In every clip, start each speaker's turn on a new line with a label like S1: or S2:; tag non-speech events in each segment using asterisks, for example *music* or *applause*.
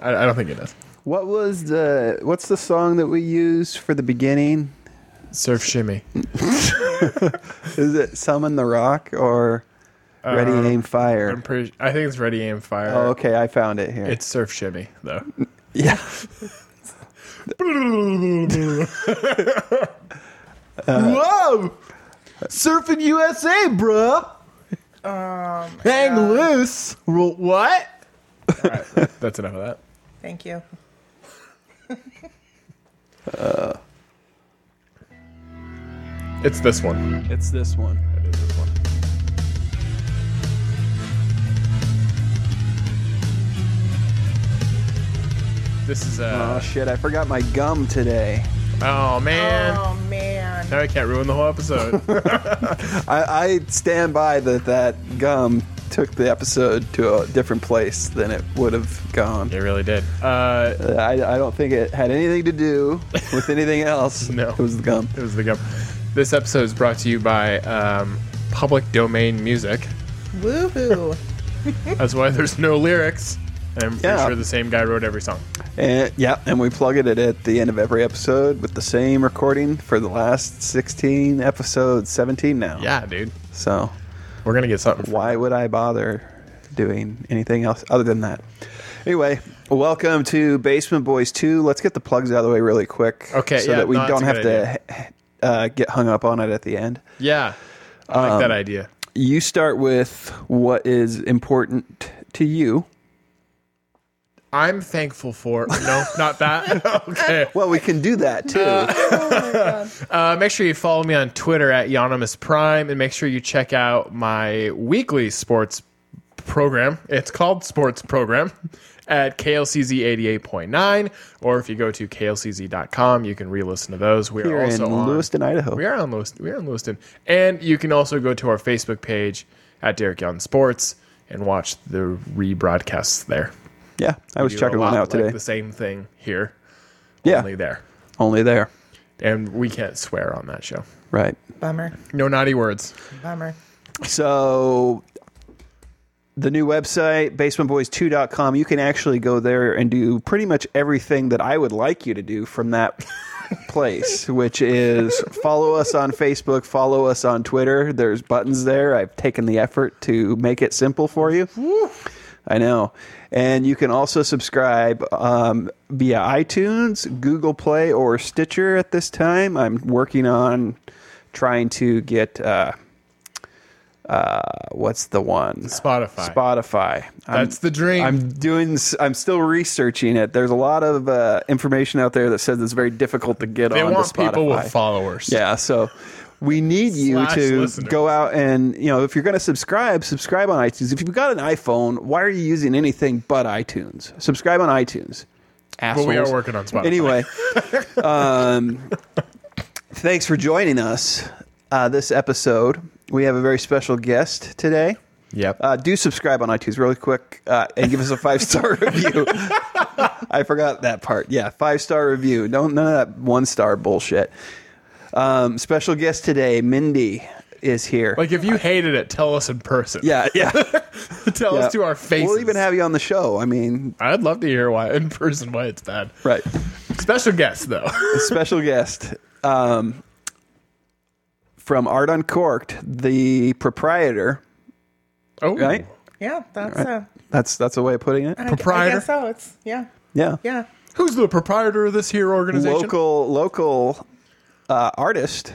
S1: I, I don't think it does.
S2: What was the what's the song that we used for the beginning?
S1: Surf shimmy.
S2: Is it Summon the Rock or Ready
S1: Um,
S2: Aim Fire?
S1: I'm pretty. I think it's ready aim fire.
S2: Oh, okay, I found it here.
S1: It's surf shimmy though.
S2: yeah.
S1: Whoa! Uh, Surfing USA, bruh.
S3: Um,
S1: Hang
S3: uh,
S1: loose. Wh- What? All right, that- that's enough of that.
S3: Thank you.
S1: It's this one.
S2: It's this one.
S1: It is this one. This is
S2: Oh
S1: uh,
S2: shit, I forgot my gum today.
S1: oh man.
S3: Oh man.
S1: Now I can't ruin the whole episode.
S2: I, I stand by that that gum took the episode to a different place than it would have
S1: *laughs*
S2: gone.
S1: it really did. Uh,
S2: I, I don't think it had anything to do with anything
S1: *laughs*
S2: else.
S1: No.
S2: It was the gum.
S1: It was the gum. This episode is brought to you by um, public domain music.
S3: Woohoo.
S1: That's why there's no lyrics. And I'm pretty
S2: Yeah.
S1: sure the same guy wrote every song.
S2: And yeah, and we plug it at the end of every episode with the same recording for the last 16 episodes, 17 now.
S1: Yeah, dude.
S2: So
S1: Oh, We're gonna get something.
S2: why would I bother doing anything else other than that? Anyway, welcome to Basement Boys 2. Let's get the plugs out of the way really quick.
S1: Okay,
S2: So
S1: yeah,
S2: that we
S1: no, that's
S2: don't
S1: a
S2: have
S1: good
S2: to uh, get hung up on it at the end.
S1: Yeah, I like that idea.
S2: You start with what is important to you.
S1: I'm thankful for *laughs* no, not that. *laughs* okay.
S2: Well, we can do that too.
S1: Uh, make sure you follow me on Twitter at Yonimus Prime, and make sure you check out my weekly sports program. It's called Sports Program *laughs* at KLCZ 88.9, or if you go to klcz.com, you can re-listen to those. We are
S2: Here in
S1: also on
S2: Lewiston, Idaho.
S1: We are on Lewiston. We are on Lewiston, and you can also go to our Facebook page at Derek Young Sports and watch the rebroadcasts there.
S2: Yeah, I was
S1: Do
S2: checking
S1: a
S2: one
S1: lot
S2: out today.
S1: Like the same thing here,
S2: yeah,
S1: only there,
S2: only there.
S1: and we can't swear on that show.
S2: Right.
S3: Bummer.
S1: No naughty words.
S3: Bummer.
S2: So the new website basementboys2.com you can actually go there and do pretty much everything that i would like you to do from that place which is follow us on facebook follow us on twitter there's buttons there i've taken the effort to make it simple for you i know and you can also subscribe um, via itunes google play or stitcher at this time i'm working on trying to get uh, uh, what's the one
S1: Spotify.
S2: Spotify. I'm-
S1: That's the dream.
S2: I'm doing. s- I'm still researching it. There's a lot of uh, information out there that says it's very difficult to get
S1: they
S2: on
S1: want
S2: to Spotify.
S1: people with followers.
S2: yeah, so we need you
S1: Slash
S2: to
S1: listeners.
S2: go out and you know if you're going to subscribe, subscribe on iTunes. If you've got an iPhone, why are you using anything but iTunes? Subscribe on iTunes.
S1: but
S2: Assholes.
S1: we are working on Spotify.
S2: Anyway, um, thanks for joining us uh, this episode. We have a very special guest today.
S1: Yep.
S2: Uh, do subscribe on iTunes really quick uh, and give us a five star *laughs* review. I forgot that part. Yeah, five star review. Don't none of that one star bullshit. Um, special guest today, Mindy is here.
S1: like if you hated it, tell us in person.
S2: yeah, yeah.
S1: *laughs* tell
S2: yeah.
S1: us to our faces.
S2: We'll even have you on the show. I mean,
S1: I'd love to hear why in person why it's bad.
S2: right.
S1: Special guest though. *laughs*
S2: special guest um, from Art Uncorked, the proprietor.
S1: Oh,
S2: Right.
S3: Yeah, that's uh
S2: That's that's a way of putting it.
S3: I-
S1: Proprietor?
S3: I guess so. It's yeah.
S2: Yeah.
S3: Yeah.
S1: Who's the proprietor of this here organization?
S2: Local local uh, artist.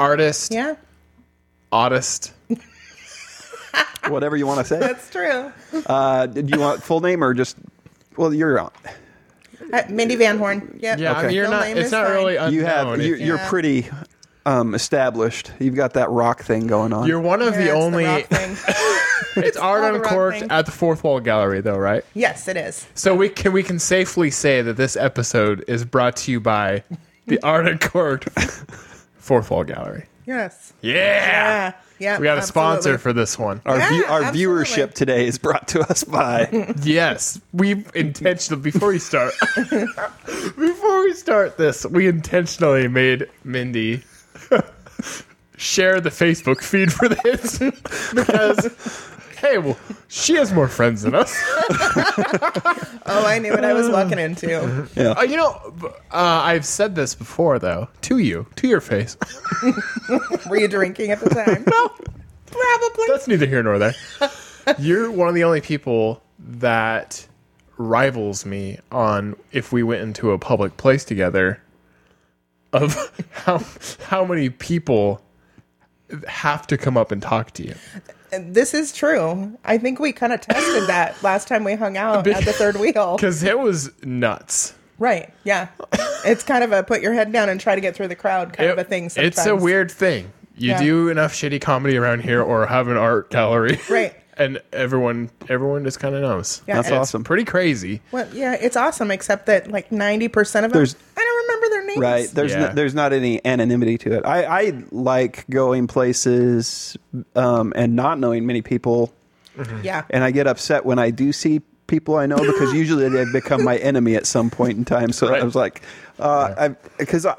S1: artist,
S3: Yeah.
S1: oddest.
S2: whatever you
S1: *laughs*
S2: want to say.
S3: That's true.
S2: Uh, do you want full name or just? Well, you're on.
S3: Uh, Mindy Van Horn. Yep.
S1: Yeah, I
S2: Okay.
S1: mean, you're
S3: Full
S1: not.
S3: name
S1: It's
S3: is
S1: not
S3: fine.
S1: really unknown.
S2: You have
S1: Uh, If-
S2: you're, you're
S3: Yeah.
S2: pretty um, established. You've got that rock thing going on.
S1: You're one of
S3: Yeah,
S1: the
S3: it's
S1: only.
S3: rock thing.
S1: *laughs* it's art
S3: all the rock
S1: uncorked
S3: thing.
S1: at the Fourth Wall Gallery, though, right?
S3: yes, it is.
S1: So we can we can safely say that this episode is brought to you by
S3: *laughs*
S1: the art uncorked Fourth Wall Gallery.
S3: Yes.
S1: Yeah,
S3: Yeah. Yeah.
S1: we got a sponsor
S3: absolutely.
S1: for this one.
S2: our
S3: Yeah,
S2: view- our
S3: absolutely.
S2: viewership today is brought to
S1: *laughs*
S2: us by
S1: Yes, we intentionally before we start *laughs* before we start this, we intentionally made Mindy share the Facebook feed for this *laughs* because hey, well, she has more friends than us.
S3: Oh, I knew what I was
S1: *laughs*
S3: walking into.
S1: Uh, you know, b- uh, I've said this before, though, to you, to your face.
S3: Were you drinking at
S1: *laughs*
S3: the time? no. Probably.
S1: That's neither here nor
S3: *laughs*
S1: there. You're one of the only people that rivals me on if we went into a public place together of *laughs* how how many people have to come up and talk to you.
S3: This is true. I think we kind of tested that last time we hung out at the third
S1: *laughs*
S3: wheel.
S1: Cuz it was nuts.
S3: Right. Yeah. It's kind of a put your head down and try to get through the crowd kind of a
S1: It-
S3: thing. Sometimes.
S1: It's a weird thing. You
S3: Yeah.
S1: do enough shitty comedy around here or have an art gallery.
S3: Right.
S1: *laughs* and everyone everyone just kind of knows.
S3: Yeah,
S2: That's
S3: it's-
S2: awesome.
S1: Pretty crazy.
S3: Well, yeah, it's awesome. Except that like ninety percent of them,
S2: There's-
S3: I don't remember their names.
S2: Right. There's
S1: Yeah.
S2: no, there's not any anonymity to it. I, I like going places um, and not knowing many people,
S3: Yeah.
S2: and I get upset when I do see people I know because usually they become my enemy at some point in time. So
S1: Right.
S2: I was like, because I,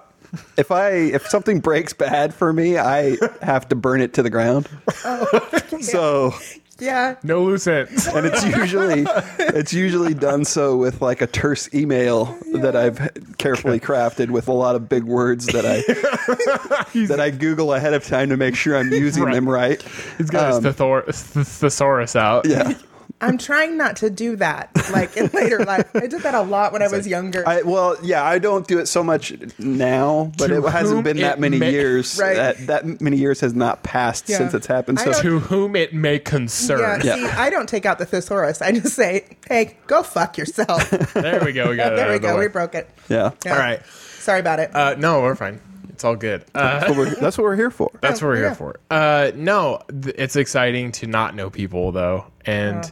S2: if I if something breaks bad for me, I have to burn it to the ground. so
S3: yeah.
S1: No loose
S3: *laughs*
S1: ends.
S2: and it's usually it's usually done so with like a terse email that I've carefully crafted with a lot of big words that I that I Google ahead of time to make sure I'm using them right.
S1: He's got
S2: Um,
S1: his tethor- th- thesaurus out.
S2: Yeah.
S3: I'm trying not to do that. Like in later life, I did that a lot when I was younger.
S2: I, well, yeah, I don't do it so much now, but
S1: To
S2: it
S1: whom
S2: hasn't been that
S1: it
S2: many
S1: may-
S2: years.
S3: Right.
S2: That, that many years has not passed
S3: Yeah.
S2: since it's happened.
S3: I
S2: So
S3: don't-
S1: To whom it may
S3: yeah,
S1: concern.
S3: See, I don't take out the thesaurus. I just say, "Hey, go
S1: *laughs*
S3: fuck yourself."
S1: There we go. We got it.
S3: there
S1: out
S3: we
S1: of the
S3: go.
S1: way.
S3: We broke it.
S2: yeah,
S3: Yeah.
S1: All right.
S3: Sorry about it.
S1: Uh, no, we're fine. It's all good. Uh,
S2: That's what we're- that's what we're here for.
S1: that's what we're
S3: Yeah.
S1: here for. Uh, no, th- it's exciting to not know people though, and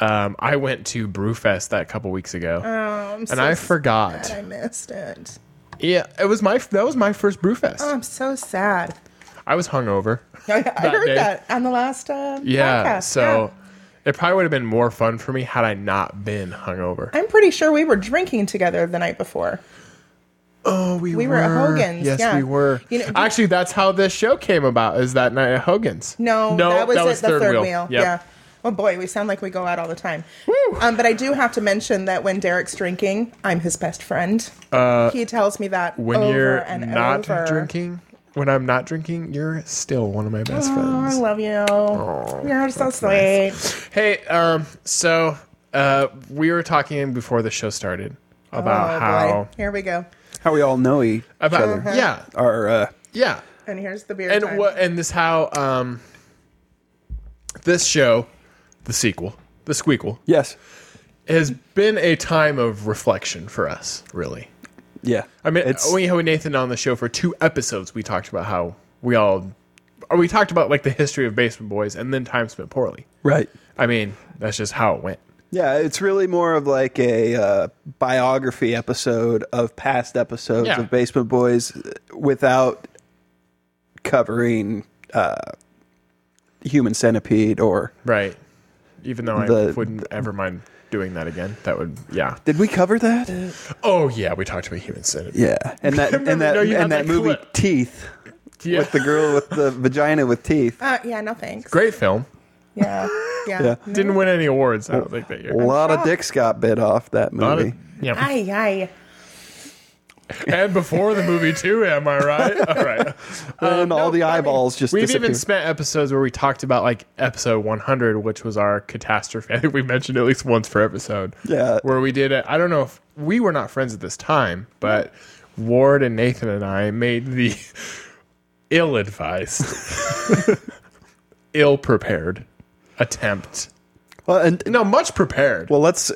S1: um, I went to Brewfest that couple weeks ago,
S3: oh, I'm so
S1: and I
S3: sad
S1: forgot.
S3: I missed it.
S1: Yeah, it was my that was my first Brewfest.
S3: Oh, I'm so sad. *laughs*
S1: I was hungover.
S3: I, I heard
S1: day.
S3: that on the last uh,
S1: Yeah,
S3: podcast.
S1: so it probably would have been more fun for me had I not been hungover.
S3: I'm pretty sure we were drinking together the night before.
S1: Oh,
S3: We were at Hogan's,
S1: Yes,
S3: yeah.
S1: we were.
S3: You know-
S1: Actually, that's how this show came about. Is that night at Hogan's?
S3: No, that was, at the third, wheel.
S1: Yep.
S3: Yeah. Oh boy, we sound like we go out all the time. Um, but I do have to mention that when Derek's drinking, I'm his best friend. he tells me that
S1: Uh, When
S3: over
S1: you're
S3: and
S1: not
S3: over.
S1: drinking, when I'm not drinking, you're still one of my best
S3: Oh, I
S1: friends.
S3: love you. You're so sweet.
S1: Hey, um, so uh, we were talking before the show started about
S3: Oh
S1: how
S3: boy, Uh-huh. here we go.
S2: How we all know each
S1: about
S2: other.
S1: yeah,
S2: Our uh,
S1: yeah.
S3: And here's the beer.
S1: and
S3: time.
S1: what and this how um this show the sequel the squeakle
S2: yes,
S1: has been a time of reflection for us really
S2: yeah.
S1: i mean
S2: It's-
S1: we had nathan on the show for two episodes we talked about how we all or we talked about like the history of basement boys and then time spent poorly
S2: right.
S1: i mean that's just how it went
S2: Yeah, it's really more of like a uh, biography episode of past episodes
S1: Yeah.
S2: of Basement Boys without covering uh, Human Centipede or.
S1: right even though i
S2: The-
S1: wouldn't ever mind doing that again that would yeah
S2: Did we cover that?
S1: oh yeah we talked about human centipede
S2: Yeah, and that and that
S1: No, you had
S2: and
S1: that
S2: that movie
S1: clip.
S2: Teeth
S1: yeah.
S2: with the girl with
S1: *laughs*
S2: the vagina with teeth.
S3: Uh, yeah, no thanks.
S1: great film *laughs*
S3: Yeah, yeah.
S2: Yeah.
S1: didn't win any awards i don't think that
S2: A
S1: year
S2: lot of dicks got bit off that movie.
S1: yeah
S3: Aye, aye.
S1: and before the movie too. Am I
S2: *laughs*
S1: right? All right.
S2: and all the eyeballs just
S1: We've
S2: disappeared.
S1: even spent episodes where we talked about like episode 100, which was our catastrophe. *laughs* I think we mentioned at least once per episode.
S2: Yeah.
S1: Where we did it. I don't know if we were not friends at this time, but Ward and Nathan and I made the *laughs*
S2: *laughs*
S1: ill-advised, ill-prepared attempt.
S2: well, and
S1: No, much prepared.
S2: well, let's.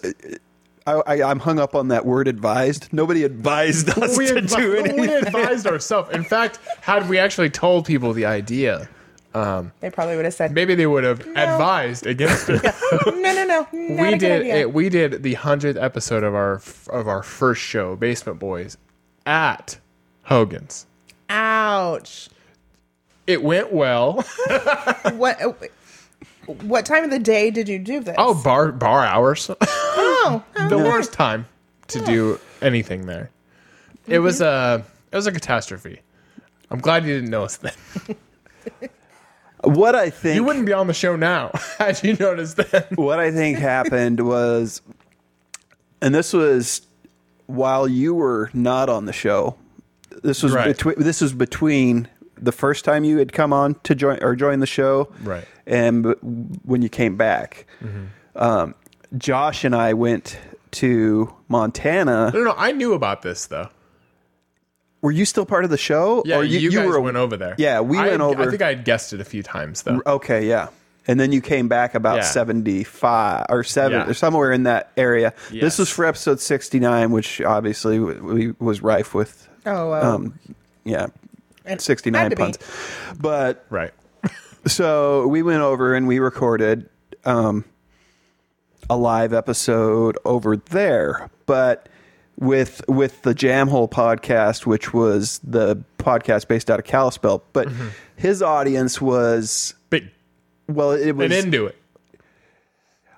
S2: I, I, I'm hung up on that word advised. Nobody advised *laughs* us
S1: *laughs* we,
S2: to
S1: advi-
S2: do anything.
S1: we advised ourselves. In fact, had we actually told people the idea,
S3: They probably would have said,
S1: maybe they would have advised against it.
S3: no, no, no. Not a
S1: we
S3: good
S1: did
S3: idea.
S1: it, we did the hundredth episode of our of our first show, Basement Boys, at Hogan's.
S3: Ouch.
S1: It went well.
S3: What? What time of the day did you do this?
S1: Oh, bar bar hours, *laughs* the
S3: Oh,
S1: worst time to do anything there. It was a it was a catastrophe. I'm glad you didn't know us then.
S2: What I
S1: *laughs*
S2: think
S1: You wouldn't be on the show now *laughs* had you noticed that.
S2: what I think happened was, and this was while you were not on the show. This was
S1: Right.
S2: between this was between the first time you had come on to join or join the show,
S1: Right. Mm-hmm.
S2: and b- when you came back. Um, Josh and I went to Montana.
S1: No, no, I knew about this though.
S2: Were you still part of the show?
S1: Yeah, you, guys
S2: were-
S1: went over there.
S2: Yeah, we
S1: I-
S2: went over.
S1: I think I had guessed it a few times though.
S2: Okay, yeah. And then you came back about
S1: Yeah.
S2: 75 or 7
S1: Yeah.
S2: or somewhere in that area. This
S1: Yes.
S2: was for episode 69, which obviously w- we was rife with,
S3: Oh, well.
S2: um, yeah,
S3: And- had
S2: 69
S3: to be.
S2: puns. But
S1: Right.
S2: so we went over and we recorded um, a live episode over there, but with with the Jam Hole podcast, which was the podcast based out of Kalispell. But
S1: Mm-hmm.
S2: his audience was
S1: Big
S2: well, it was
S1: and into it.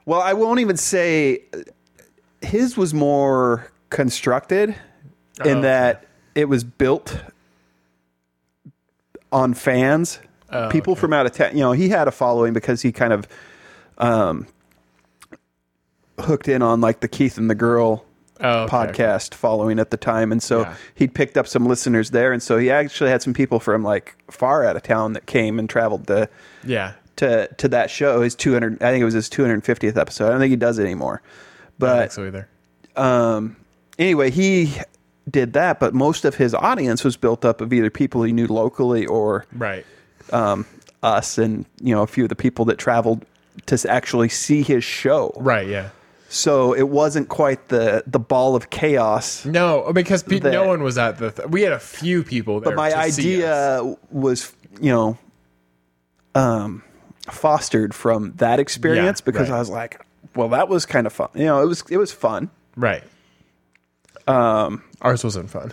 S2: well, I won't even say his was more constructed in
S1: Oh.
S2: that it was built on fans,
S1: Oh,
S2: people from out of town. You know, he had a following because he kind of um, hooked in on like the Keith and the Girl
S1: Oh, okay.
S2: podcast following at the time, and so
S1: Yeah.
S2: he'd picked up some listeners there, and so he actually had some people from like far out of town that came and traveled to
S1: Yeah.
S2: to to that show. His 200, I think it was his 250th episode. I don't think he does it anymore. But
S1: So either.
S2: um, anyway, he did that. But most of his audience was built up of either people he knew locally or
S1: Right.
S2: um, us, and you know a few of the people that traveled to s- actually see his show.
S1: Right. Yeah.
S2: So it wasn't quite the the ball of chaos.
S1: No, because pe-
S2: That-
S1: no one was at the. Th- we had a few people there.
S2: But my
S1: to see us.
S2: idea was, you know, um, fostered from that experience
S1: Yeah,
S2: because
S1: right.
S2: I was like, well, that was kind of fun. You know, it was it was fun,
S1: Right. Um, ours wasn't fun.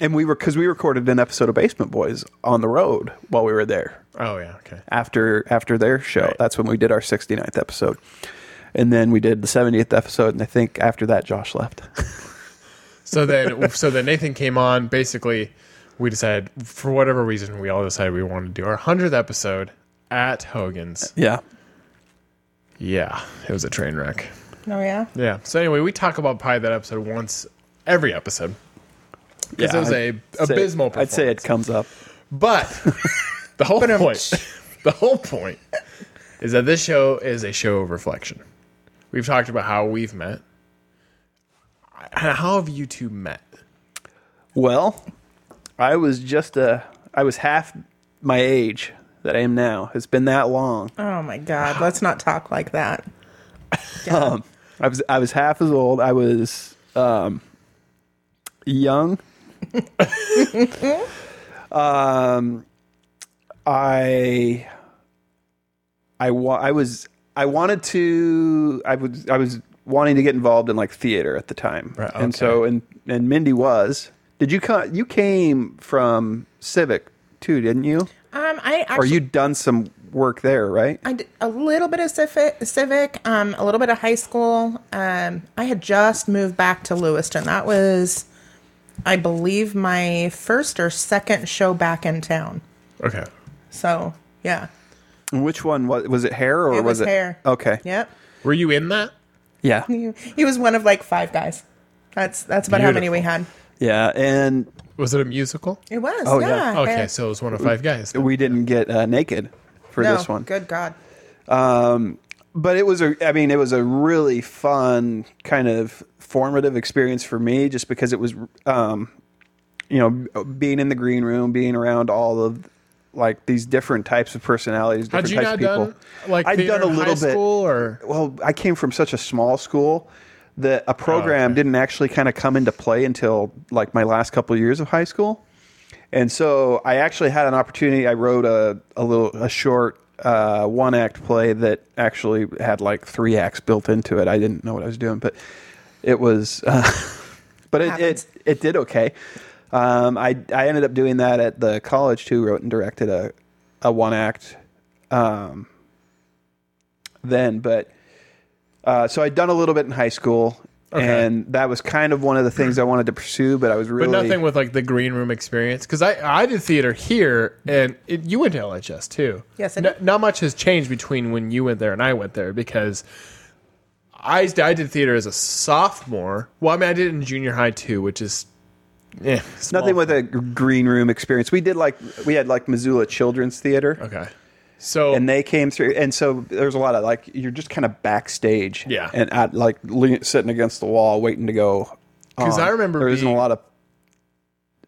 S2: and we were because we recorded an episode of Basement Boys on the road while we were there
S1: Oh yeah. Okay.
S2: after after their show. That's when we did our 69th episode. And then we did the 70th episode, and I think after that, Josh left.
S1: So then, so then Nathan came on. Basically, we decided for whatever reason we all decided we wanted to do our hundredth episode at Hogan's.
S2: Yeah.
S1: Yeah, it was a train wreck.
S3: Oh, yeah.
S1: Yeah. So anyway, we talk about pie that episode once every episode because it was a abysmal.
S2: I'd say it comes up.
S1: But *laughs* the whole point, *laughs* the whole point, is that this show is a show of reflection. We've talked about how we've met. How have you two met?
S2: Well, I was just a I was half my age that I am now. It's been that long.
S3: Oh,
S2: *sighs*
S3: my God. Let's not talk like that.
S2: I was I was half as old. I was um young. um I I wa- I was I wanted to I was I was wanting to get involved in like theater at the time.
S1: Right,
S2: And so and and Mindy was. Did you come you came from Civic too, didn't you?
S3: Um, I
S2: Or
S3: actually.
S2: you done some work there, right?
S3: I did a little bit of civic, civic um, a little bit of high school. Um, I had just moved back to Lewiston. That was, I believe, my first or second show back in town.
S1: Okay.
S3: So, yeah.
S2: Which one was was it hair or
S3: It
S2: was,
S3: was
S2: it
S3: hair.
S2: Okay.
S3: Yep.
S1: Were you in that?
S2: Yeah.
S3: He, he was one of like five guys. That's that's about how many we had.
S2: Yeah, and
S1: Was it a musical?
S3: It was.
S2: Oh, yeah.
S3: yeah.
S1: Okay,
S3: Hey.
S1: so it was one of five guys.
S2: we didn't get uh, naked for
S3: No,
S2: this one.
S3: Good God.
S2: But it was a I mean it was a really fun kind of formative experience for me just because it was um you know being in the green room, being around all of like these different types of personalities,
S1: Had
S2: different
S1: you
S2: types
S1: not
S2: of people.
S1: done like
S2: I'd
S1: theater
S2: done a
S1: in
S2: little
S1: high
S2: bit.
S1: school or
S2: well, I came from such a small school that a program
S1: okay.
S2: didn't actually kind of come into play until like my last couple of years of high school. And so I actually had an opportunity. I wrote a, a little, a short uh, one act play that actually had like three acts built into it. I didn't know what I was doing, but it was, uh, *laughs* but it,
S3: Happens.
S2: it, it did okay. Um, I, I ended up doing that at the college too, wrote and directed a, a one act um, then, but uh, so I'd done a little bit in high school, and that was kind of one of the things I wanted to pursue. But I was really
S1: But nothing with like the green room experience because I I did theater here and it, you went to LHS too.
S3: Yes, I
S1: No-
S3: did.
S1: not much has changed between when you went there and I went there because I I did theater as a sophomore. Well, I mean I did it in junior high too, which is eh, small.
S2: nothing with a g- green room experience. We did like we had like Missoula Children's Theater.
S1: okay. So
S2: and they came through and so there's a lot of like you're just kind of backstage
S1: Yeah.
S2: and at like le- sitting against the wall waiting to go
S1: 'Cause
S2: on.
S1: I remember
S2: there isn't
S1: being-
S2: a lot of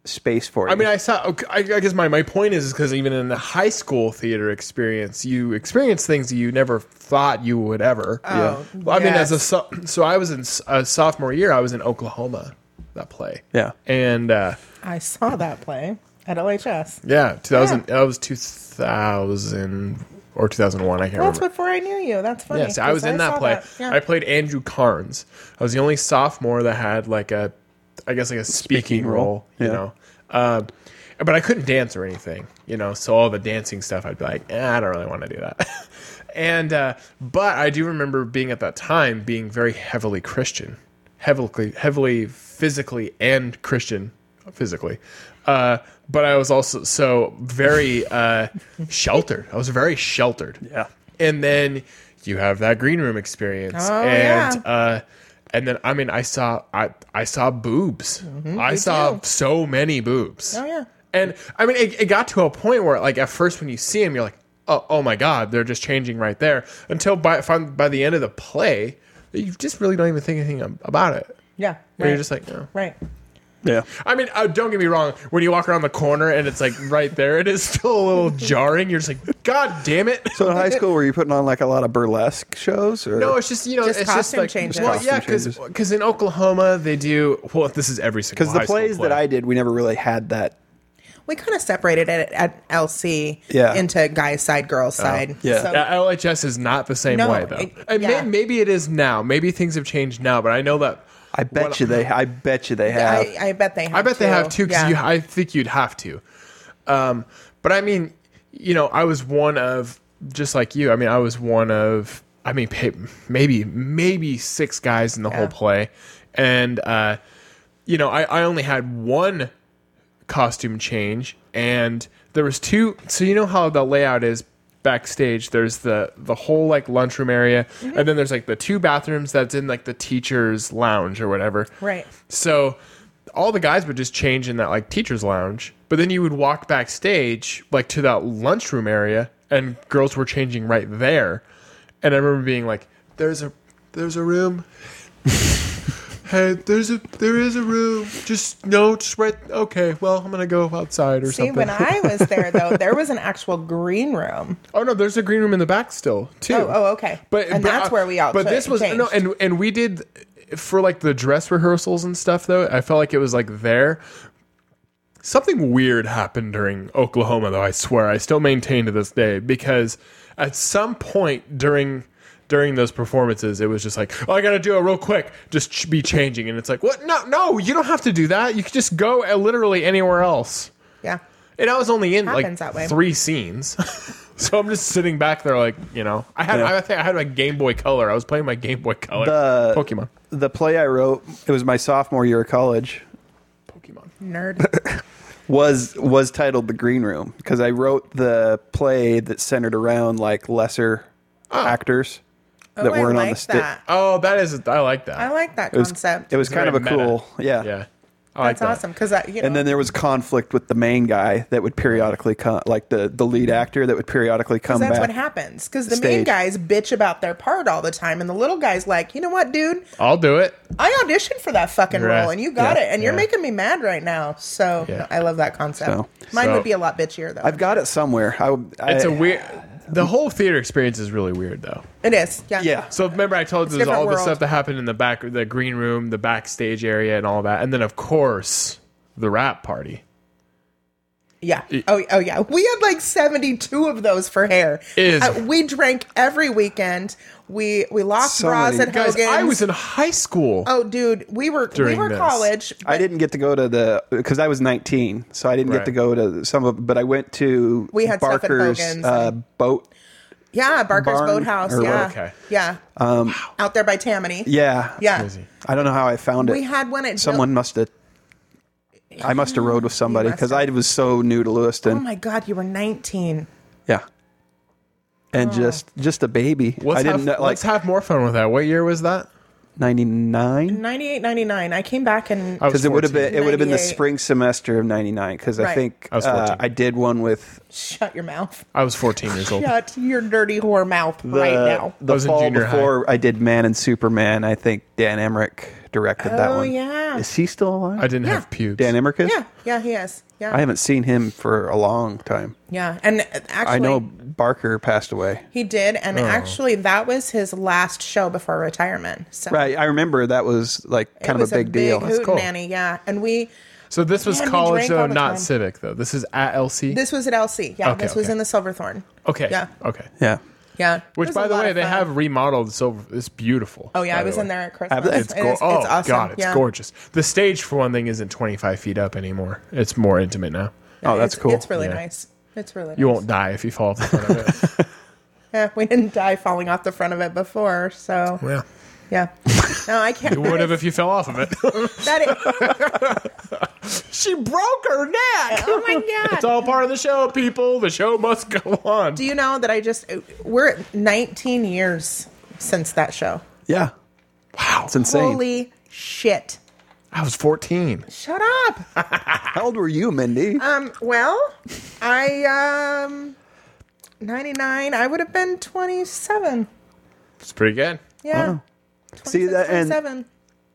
S2: space for it
S1: I mean, I saw. okay, I, I guess my, my point is because even in the high school theater experience, you experience things that you never thought you would ever.
S3: Oh, Yeah.
S1: Well, I mean, as a
S3: yes.
S1: so, so I was in s- uh, sophomore year. I was in Oklahoma that play.
S2: Yeah.
S1: and uh,
S3: I saw that play at LHS.
S1: yeah, two thousand. That was two thousand or two thousand one. I can't
S3: That's
S1: remember.
S3: before I knew you. That's funny.
S1: Yes, I was
S3: 'cause
S1: in that
S3: saw
S1: play.
S3: Yeah.
S1: I played Andrew Carnes. I was the only sophomore that had like a, I guess like a speaking, role,
S2: role,
S1: you
S2: yeah.
S1: know. Um, but I couldn't dance or anything, you know. So all the dancing stuff, I'd be like, eh, I don't really want to do that. *laughs* and uh, but I do remember being at that time being very heavily Christian, heavily, heavily physically and Christian physically. Uh, but I was also so very
S2: *laughs*
S1: uh, sheltered. I was very sheltered
S2: Yeah.
S1: and then you have that green room experience
S3: Oh,
S1: and
S3: yeah.
S1: uh and then i mean i saw i i saw boobs i saw
S3: Mm-hmm, too.
S1: so many boobs
S3: Oh, yeah.
S1: and i mean it, it got to a point where like at first when you see them you're like oh, oh my god they're just changing right there until by fin- by the end of the play you just really don't even think anything ab- about it
S3: Yeah.
S1: Where
S3: Right.
S1: you're just like no
S3: right.
S2: yeah
S1: I mean, uh, don't get me wrong. When you walk around the corner and it's like right there, it is still a
S3: *laughs*
S1: little jarring. You're just like, God damn it! *laughs*
S2: so in high school were you putting on like a lot of burlesque shows or
S1: No, it's just you know,
S3: Just
S1: it's just
S3: costume
S1: like,
S3: changes.
S1: Well, yeah,
S2: Costume
S1: because in Oklahoma they do. Well, this is every single
S2: because the
S1: high school
S2: plays
S1: play.
S2: that i did we never really had that
S3: We kind of separated it at LC
S2: Yeah.
S3: into guy's side, girl's side.
S2: yeah.
S3: So,
S1: Uh, LHS is not the same
S3: No,
S1: way though.
S3: it-
S1: And may,
S3: yeah.
S1: maybe it is now. Maybe things have changed now, but I know that.
S2: i bet
S1: What-
S2: you they i bet you they have
S3: I, I bet they have
S1: I bet they have too because
S3: Yeah.
S1: you I think you'd have to. Um, but I mean, you know, I was one of just like you. I mean, I was one of I mean, pa- maybe maybe six guys in the whole play, and uh, you know, I, I only had one costume change, and there was two. So you know how the layout is backstage. There's the the whole like lunchroom area,
S3: Mm-hmm.
S1: and then there's like the two bathrooms that's in like the teachers' lounge or whatever.
S3: Right.
S1: So all the guys would just change in that like teachers' lounge, but then you would walk backstage like to that lunchroom area, and girls were changing right there. And I remember being like, "There's a there's a room." Hey, there's a there is a room. Just no, just right. Okay, well, I'm gonna go outside or
S3: See,
S1: something.
S3: when I
S1: *laughs*
S3: was there, though, there was an actual green room.
S1: oh no, there's a green room in the back still too.
S3: Oh, oh, okay.
S1: But
S3: And
S1: but
S3: that's
S1: I-
S3: where we all
S1: But
S3: cha-
S1: this was no,
S3: changed.
S1: and and we did for like the dress rehearsals and stuff though. I felt like it was like there. Something weird happened during Oklahoma though. I swear, I still maintain to this day because at some point during. During those performances, it was just like, "Oh, I gotta do it real quick, just ch- be changing." And it's like, "What? No, no, you don't have to do that. You can just go uh, literally anywhere else."
S3: Yeah.
S1: And I was only in like
S3: Happens that way.
S1: three scenes. *laughs* so I'm just sitting back there like, you know, I had
S2: Yeah.
S1: I think I had my Game Boy Color. I was playing my Game Boy Color
S2: The-
S1: Pokemon.
S2: the play i wrote it was my sophomore year of college
S1: Pokemon. *laughs*
S3: Nerd.
S2: was was titled the green room because i wrote the play that centered around like lesser
S1: Ah.
S2: actors that
S3: oh, I
S2: weren't
S3: like
S2: on the stage
S3: that.
S1: Oh, that is I like that.
S3: I like that
S2: it was
S3: concept.
S2: it was kind of
S1: very
S2: a
S1: meta.
S2: cool yeah
S1: yeah. I like
S3: That's
S1: that.
S3: awesome because you know,
S2: and then there was conflict with the main guy that would periodically come like the the lead actor that would periodically come
S3: that's
S2: back
S3: what happens because the main
S2: Stage.
S3: guys bitch about their part all the time, and the little guy's like, you know what, dude,
S1: I'll do it.
S3: I auditioned for that fucking
S1: Right.
S3: role, and you got
S2: Yeah.
S3: it, and you're
S1: Yeah.
S3: making me mad right now. So
S1: Yeah.
S3: I love that concept.
S2: So-
S3: Mine
S1: So-
S3: would be a lot bitchier though.
S2: i've got it somewhere i, I
S1: It's a weird the whole theater experience is really weird though.
S3: it is, yeah,
S2: yeah
S1: So remember I told you there's
S3: different
S1: all the
S3: world.
S1: stuff that happened in the back the green room, the backstage area and all that. And then of course, the rap party.
S3: yeah. Oh, oh, yeah. We had like seventy-two of those for hair.
S1: Is-
S3: Uh, we drank every weekend. We we lost
S2: So
S3: bras
S2: many-
S3: at
S1: Guys,
S3: Hogan's.
S1: I was in high school.
S3: Oh, dude, we were
S1: During
S3: we were
S1: this.
S3: college.
S2: I didn't get to go to the because I was 19, so I didn't
S1: Right.
S2: get to go to some of. But I went to
S3: We had stuff at
S2: Barker's
S3: Hogan's
S2: uh,
S3: and-
S2: boat
S3: Yeah, Barker's
S2: Barn
S3: Boathouse.
S2: or
S3: Yeah.
S2: what-
S1: okay.
S3: Yeah. Out there by Tammany.
S2: Yeah.
S3: Yeah.
S1: Crazy.
S2: I don't know how I found it.
S3: We had one at Dil-
S2: Someone must have. I must have rode with somebody
S3: must
S2: because I was so new to
S3: Oh
S2: Lewiston.
S3: my God, you were 19.
S2: yeah. And just just a baby.
S1: Let's,
S2: I didn't
S1: have,
S2: know, like
S1: let's have more fun with that. What year was that?
S2: ninety nine
S3: 98, 99. I came back and
S1: I was
S2: because it would have
S1: 14.
S2: been it would have been the
S3: 98.
S2: spring semester of ninety nine because I
S3: Right.
S2: think
S1: I was
S2: uh,
S1: 14.
S2: I did one with
S3: shut your mouth.
S1: I was 14 years old.
S3: Shut your dirty whore mouth
S2: the,
S3: right now.
S1: I
S2: the
S1: was in
S2: fall
S1: junior high.
S2: before I did Man and Superman. I think Dan Emmerich directed that
S3: Oh,
S2: one.
S3: yeah.
S2: is he still alive?
S1: I didn't
S3: Yeah.
S1: have pubes.
S2: Dan Emmerich is.
S3: Yeah. Yeah, he is. Yeah.
S2: I haven't seen him for a long time.
S3: yeah. And uh, actually,
S2: I know Barker passed away.
S3: he did. And
S1: Oh.
S3: actually, that was his last show before retirement. So
S2: Right, I remember that was like kind
S3: it
S2: of
S3: was
S2: a big, deal.
S3: Big
S1: That's cool.
S3: hootenanny, yeah. And we
S1: So this was
S3: Man, we
S1: college
S3: drank all
S1: though,
S3: the
S1: not
S3: time.
S1: civic though. This is at LC.
S3: this was at LC. Yeah,
S1: Okay,
S3: this was
S1: okay.
S3: in the Silverthorn.
S1: okay.
S3: Yeah.
S1: Okay.
S2: Yeah,
S3: Yeah. It
S1: Which
S3: was a
S1: by the
S3: lot
S1: way,
S3: of
S1: they
S3: fun.
S1: have remodeled Silver. It's beautiful.
S3: Oh yeah,
S1: by
S3: I
S1: the
S3: was
S1: way.
S3: in there at
S2: I've-
S3: Christmas.
S2: it's
S3: It
S2: go-
S3: is-
S1: Oh
S3: awesome.
S1: god, it's
S3: Yeah.
S1: gorgeous. The stage for one thing isn't 25 feet up anymore. It's more intimate now.
S2: Oh, that's
S3: It's-
S2: cool.
S3: It's really
S1: Yeah.
S3: nice. It's really nice.
S1: You won't die if you fall off the front
S3: *laughs*
S1: of it.
S3: Yeah, *laughs* we didn't die falling off the front of it before, so
S1: yeah.
S3: yeah. No, I can't.
S1: You would have if you fell off of it.
S3: *laughs* That is,
S1: she broke her neck.
S3: oh my
S1: *laughs*
S3: god.
S1: It's all part of the show, people. The show must go on.
S3: Do you know that I just we're at 19 years since that show?
S2: yeah.
S1: Wow.
S2: It's insane.
S3: Holy shit!
S1: I was 14.
S3: Shut
S2: *laughs*
S3: up.
S2: How old were you, Mindy?
S3: Um. Well, I um. 99. I would have been 27.
S1: It's pretty good.
S3: Yeah.
S2: Wow. See that and
S3: 27.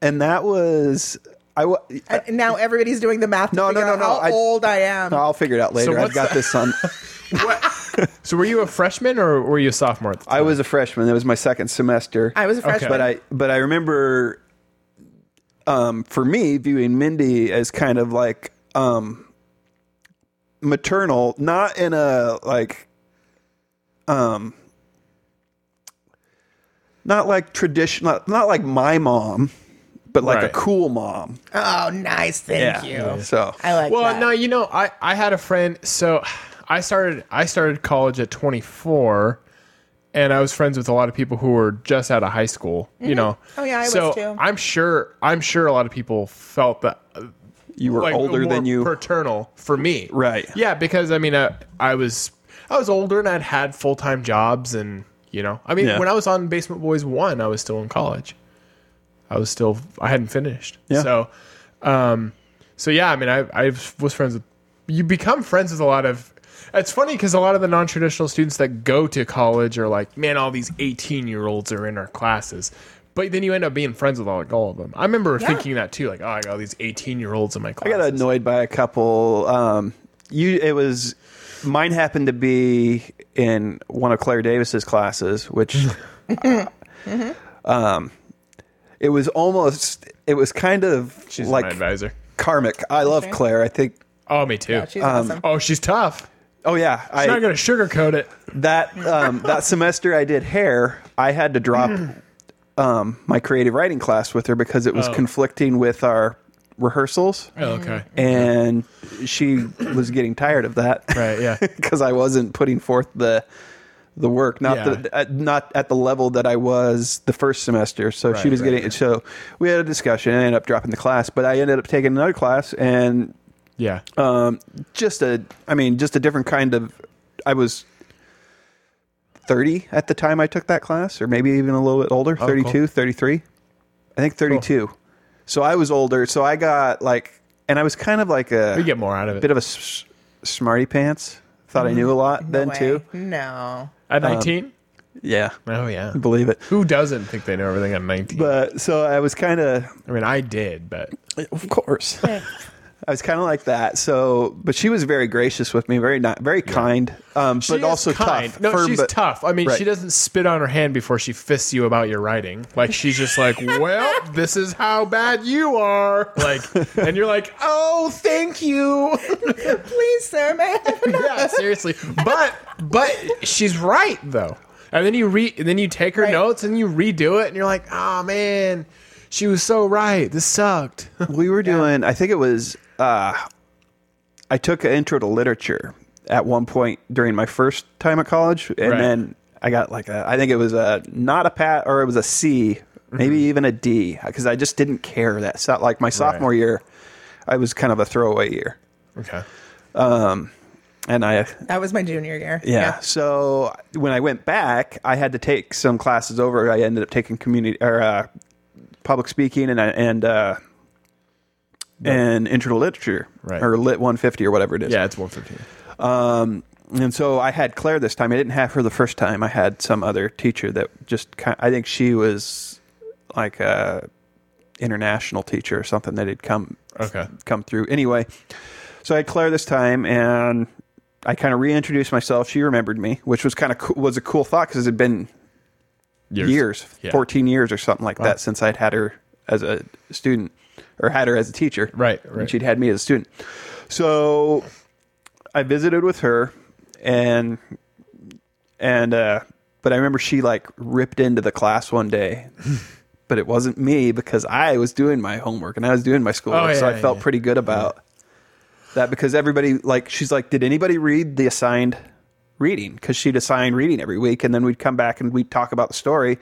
S2: and that was I. wa-
S3: Uh, now everybody's doing the math. To
S2: No, no,
S3: figure
S2: no,
S3: out
S2: no,
S3: How
S2: I-
S3: old I am?
S2: I'll figure it out later.
S1: what's
S2: I've got
S1: the-
S2: this on.
S1: So were you a freshman or were you a sophomore? At the
S2: I was a freshman. That was my second semester.
S3: I was a freshman.
S2: but I but I remember um, for me viewing Mindy as kind of like um, maternal, not in a like um not like traditional not, not like my mom, but like a
S1: Right.
S2: cool mom.
S3: Oh, nice. Thank you.
S2: So
S3: I like
S1: Well,
S3: that.
S1: no, you know, I I had a friend. So I started I started college at 24, and I was friends with a lot of people who were just out of high school. You know.
S3: Oh, yeah, I was
S1: so
S3: too.
S1: I'm sure I'm sure a lot of people felt that uh,
S2: you were
S1: like,
S2: older
S1: more
S2: than you
S1: paternal for me,
S2: Right.
S1: Yeah, because I mean, I, I was I was older and I'd had full time jobs, and you know, I mean,
S2: Yeah.
S1: when I was on Basement Boys one, I was still in college. I was still I hadn't finished.
S2: Yeah.
S1: So, um, so yeah, I mean, I I was friends with you become friends with a lot of. It's funny because a lot of the non traditional students that go to college are like, man, all these eighteen year olds are in our classes. But then you end up being friends with all, like, all of them. I remember thinking that too, like, oh, I got all these eighteen year olds in my
S2: I
S1: class.
S2: got annoyed by a couple. Um, you, it was mine happened to be in one of Claire Davis's classes, which, uh, um, it was almost. It was kind of
S1: She's my
S2: like
S1: advisor.
S2: karmic. I love Claire. I think.
S1: Oh, me too.
S3: Yeah, she's
S2: Um,
S3: awesome.
S1: oh, she's tough.
S2: Oh yeah,
S1: I'm not
S2: I,
S1: gonna sugarcoat it.
S2: that um, that semester I did hair. I had to drop um, my creative writing class with her because it was conflicting with our rehearsals,
S1: Oh, okay.
S2: and she was getting tired of that.
S1: Right.
S2: *laughs*
S1: Yeah.
S2: because I wasn't putting forth the the work, not
S1: Yeah.
S2: the at, not at the level that I was the first semester. So she
S1: Right,
S2: was
S1: right,
S2: getting so we had a discussion. and I ended up dropping the class, but I ended up taking another class and
S1: Yeah.
S2: um, just a I mean just a different kind of. I was thirty at the time I took that class, or maybe even a little bit older,
S1: Oh, cool.
S2: 32, 33. I think thirty two. So I was older. So I got like, and I was kind of like a
S1: we get more out of it.
S2: bit of a s- smarty pants. Thought I knew a lot then
S3: Way.
S2: too.
S3: No.
S1: At
S2: um,
S1: 19.
S2: Yeah,
S1: oh yeah.
S2: believe it.
S1: Who doesn't think they know everything at 19?
S2: But so I was kind of,
S1: I mean, I did, but
S2: of course, I was kind of like that. So, but she was very gracious with me, very not very kind, um,
S1: She
S2: but
S1: is
S2: also
S1: kind.
S2: tough.
S1: No,
S2: firm,
S1: she's
S2: but-
S1: tough. I mean,
S2: Right.
S1: she doesn't spit on her hand before she fists you about your writing. Like she's just
S2: *laughs*
S1: like, "Well, this is how bad you are." Like, and you're like, "Oh, thank you."
S3: Please, sir, may I have
S1: *laughs*
S3: another?
S1: yeah, seriously. But but she's right though. And then you re and then you take her
S3: Right.
S1: notes and you redo it and you're like, oh man, she was so right. This sucked. *laughs*
S2: We were doing, I think it was, uh, I took an intro to literature at one point during my first time at college, and
S1: Right.
S2: then I got like a, I think it was a not a pat or it was a C, maybe even a D, because I just didn't care. That's not like my sophomore year. I was kind of a throwaway year,
S1: Okay.
S2: and I
S3: That was my junior year.
S2: yeah. So when I went back, I had to take some classes over. I ended up taking community or uh, public speaking and I- and uh, and intro to literature
S1: Right.
S2: or lit 150 or whatever it is.
S1: Yeah, it's 115.
S2: And so I had Claire this time. I didn't have her the first time. I had some other teacher that just kind I think she was like a international teacher or something that had come
S1: Okay.
S2: come through. Anyway, so I had Claire this time, and I kind of reintroduced myself. She remembered me, which was kind of cool, was a cool thought because it had been years,
S1: Yeah.
S2: fourteen years or something like that since I'd had her as a student or had her as a teacher.
S1: Right,
S2: And
S1: right.
S2: she'd had me as a student. So I visited with her, and and uh, but I remember she like ripped into the class one
S1: *laughs*
S2: day. But it wasn't me because I was doing my homework and I was doing my schoolwork,
S1: Oh,
S2: so
S1: yeah,
S2: I felt
S1: yeah.
S2: pretty good about that because everybody like she's like did anybody read the assigned reading because she'd assign reading every week and then we'd come back and we'd talk about the story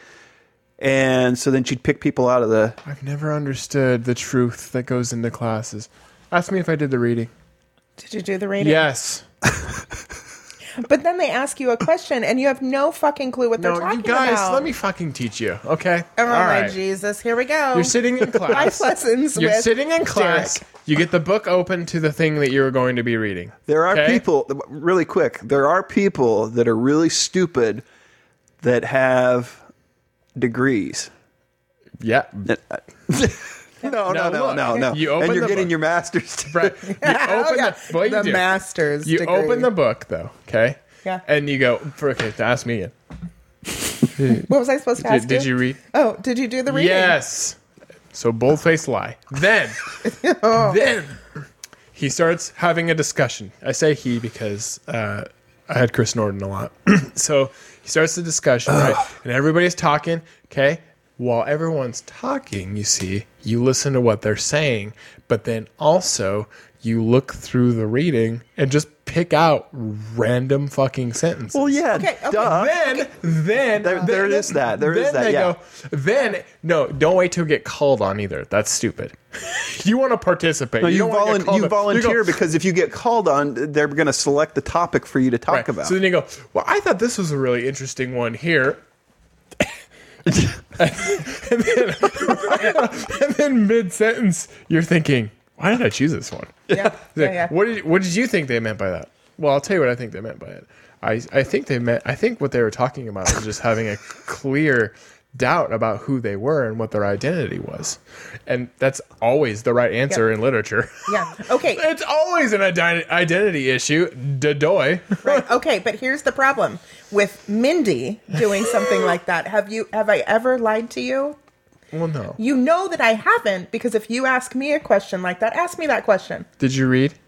S2: and so then she'd pick people out of the
S1: I've never understood the truth that goes into classes. Ask me if I did the reading.
S3: Did you do the rating?
S1: Yes.
S3: But then they ask you a question and you have no fucking clue what they're
S1: No,
S3: talking
S1: you guys,
S3: about.
S1: let me fucking teach you. Okay.
S3: Oh
S1: All
S3: my
S1: right.
S3: Jesus! Here we go.
S1: You're sitting
S3: *laughs*
S1: in class. *laughs*
S3: Life lessons
S1: You're
S3: with
S1: sitting in class.
S3: Derek.
S1: You get the book open to the thing that you're going to be reading.
S2: there are
S1: Okay?
S2: people really quick there are people that are really stupid that have degrees
S1: Yeah.
S2: no uh,
S3: *laughs*
S2: no no
S1: Now
S2: no
S1: look,
S2: no,
S1: you
S2: and
S1: open
S2: you're
S1: the
S2: getting
S1: book.
S2: your master's too.
S3: *laughs*
S1: Right. You open
S3: Oh, yeah.
S1: the, well, you
S3: The
S1: do.
S3: master's
S1: You
S3: degree.
S1: open the book though, okay?
S3: Yeah.
S1: And you go, for okay, to ask me again.
S3: What was I supposed to ask
S1: Did, did you read?
S3: Oh, did you do the reading?
S1: Yes. So boldface lie. Then, then he starts having a discussion. I say he because uh, I had Chris Norton a lot. *clears throat* so he starts the discussion, right? And everybody's talking. Okay. While everyone's talking, you see, you listen to what they're saying, but then also you look through the reading and just pick out random fucking sentences
S2: *laughs* well yeah
S3: Okay, okay.
S2: duh
S1: then, then
S2: There-
S1: then-
S2: there is that. There
S1: then
S2: is that,
S1: They
S2: yeah.
S1: go, then no, don't wait till you get called on either. That's stupid. *laughs* you want to participate.
S2: No, you,
S1: don't wanna get
S2: volun-
S1: called
S2: you
S1: on. go,
S2: volunteer because if you get called on, they're going to select the topic for you to talk
S1: right.
S2: about.
S1: So then you go. Well, I thought this was a really interesting one
S2: *laughs*
S1: here. and then, *laughs* and then mid sentence, you're thinking, why did I choose this one? *laughs*
S3: Yeah.
S1: Like,
S3: yeah, yeah.
S1: What did what did you think they meant by that? Well, I'll tell you what I think they meant by it. I I think they meant I think what they were talking about was just having a clear doubt about who they were and what their identity was. And that's always the right answer in literature. *laughs*
S3: Yeah. Okay.
S1: it's always an ide- identity issue. Dadoy.
S3: Right. Okay, but here's the problem with Mindy doing something like that. Have you have I ever lied to you?
S1: Well, no.
S3: You know that I haven't because if you ask me a question like that, ask me that question.
S1: Did you read? *laughs*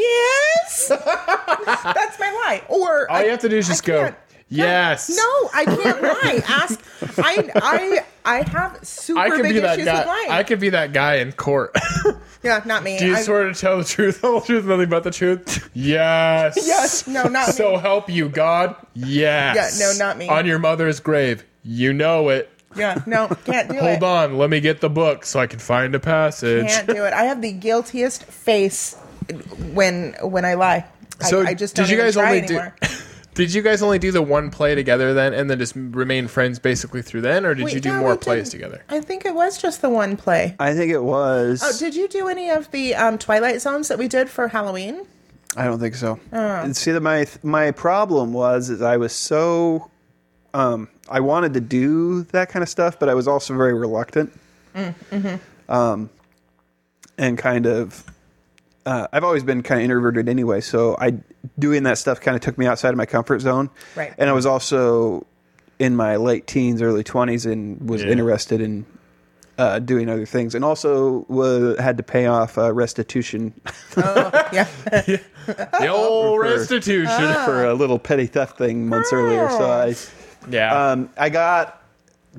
S3: Yes. That's my lie. Or
S1: All you have to do is just go,
S3: can't-
S1: "Yes."
S3: No, I can't lie. Ask. I I I have super
S1: I could
S3: big
S1: be that
S3: issues
S1: guy.
S3: with lying.
S1: I could be that guy in court. *laughs*
S3: yeah, not me.
S1: do you
S3: I-
S1: swear to tell the truth, *laughs* the whole truth, nothing but the
S3: *laughs*
S1: truth? Yes.
S3: yes. No, not me.
S1: So help you God? Yes.
S3: Yeah, no, not me.
S1: On your mother's grave. You know it.
S3: Yeah. No, can't do it.
S1: Hold on, let me get the book so I can find a passage.
S3: can't do it. I have the guiltiest face when when I lie.
S1: So
S3: I, I just
S1: did
S3: don't
S1: you
S3: even
S1: guys
S3: try
S1: only do-
S3: anymore.
S1: Did you guys only do the one play together then and then just remain friends basically through then or did
S3: Wait,
S1: you do
S3: no,
S1: more
S3: we
S1: plays
S3: didn't.
S1: together?
S3: I think it was just the one play.
S2: I think it was.
S3: Oh, did you do any of the um, Twilight Zones that we did for Halloween?
S2: I don't think so. See, that my my problem was is I was so, um, I wanted to do that kind of stuff, but I was also very reluctant. Um, and kind of, uh, I've always been kind of introverted anyway, so I doing that stuff kind of took me outside of my comfort zone.
S3: Right.
S2: And I was also in my late teens, early twenties, and was
S1: Yeah.
S2: interested in. Uh, doing other things, and also wa had to pay off uh, restitution
S3: Yeah.
S2: *laughs*
S1: The old
S3: *laughs*
S2: For-
S1: restitution.
S3: Uh,
S2: for a little petty theft thing months earlier. So I,
S1: yeah.
S2: um, I got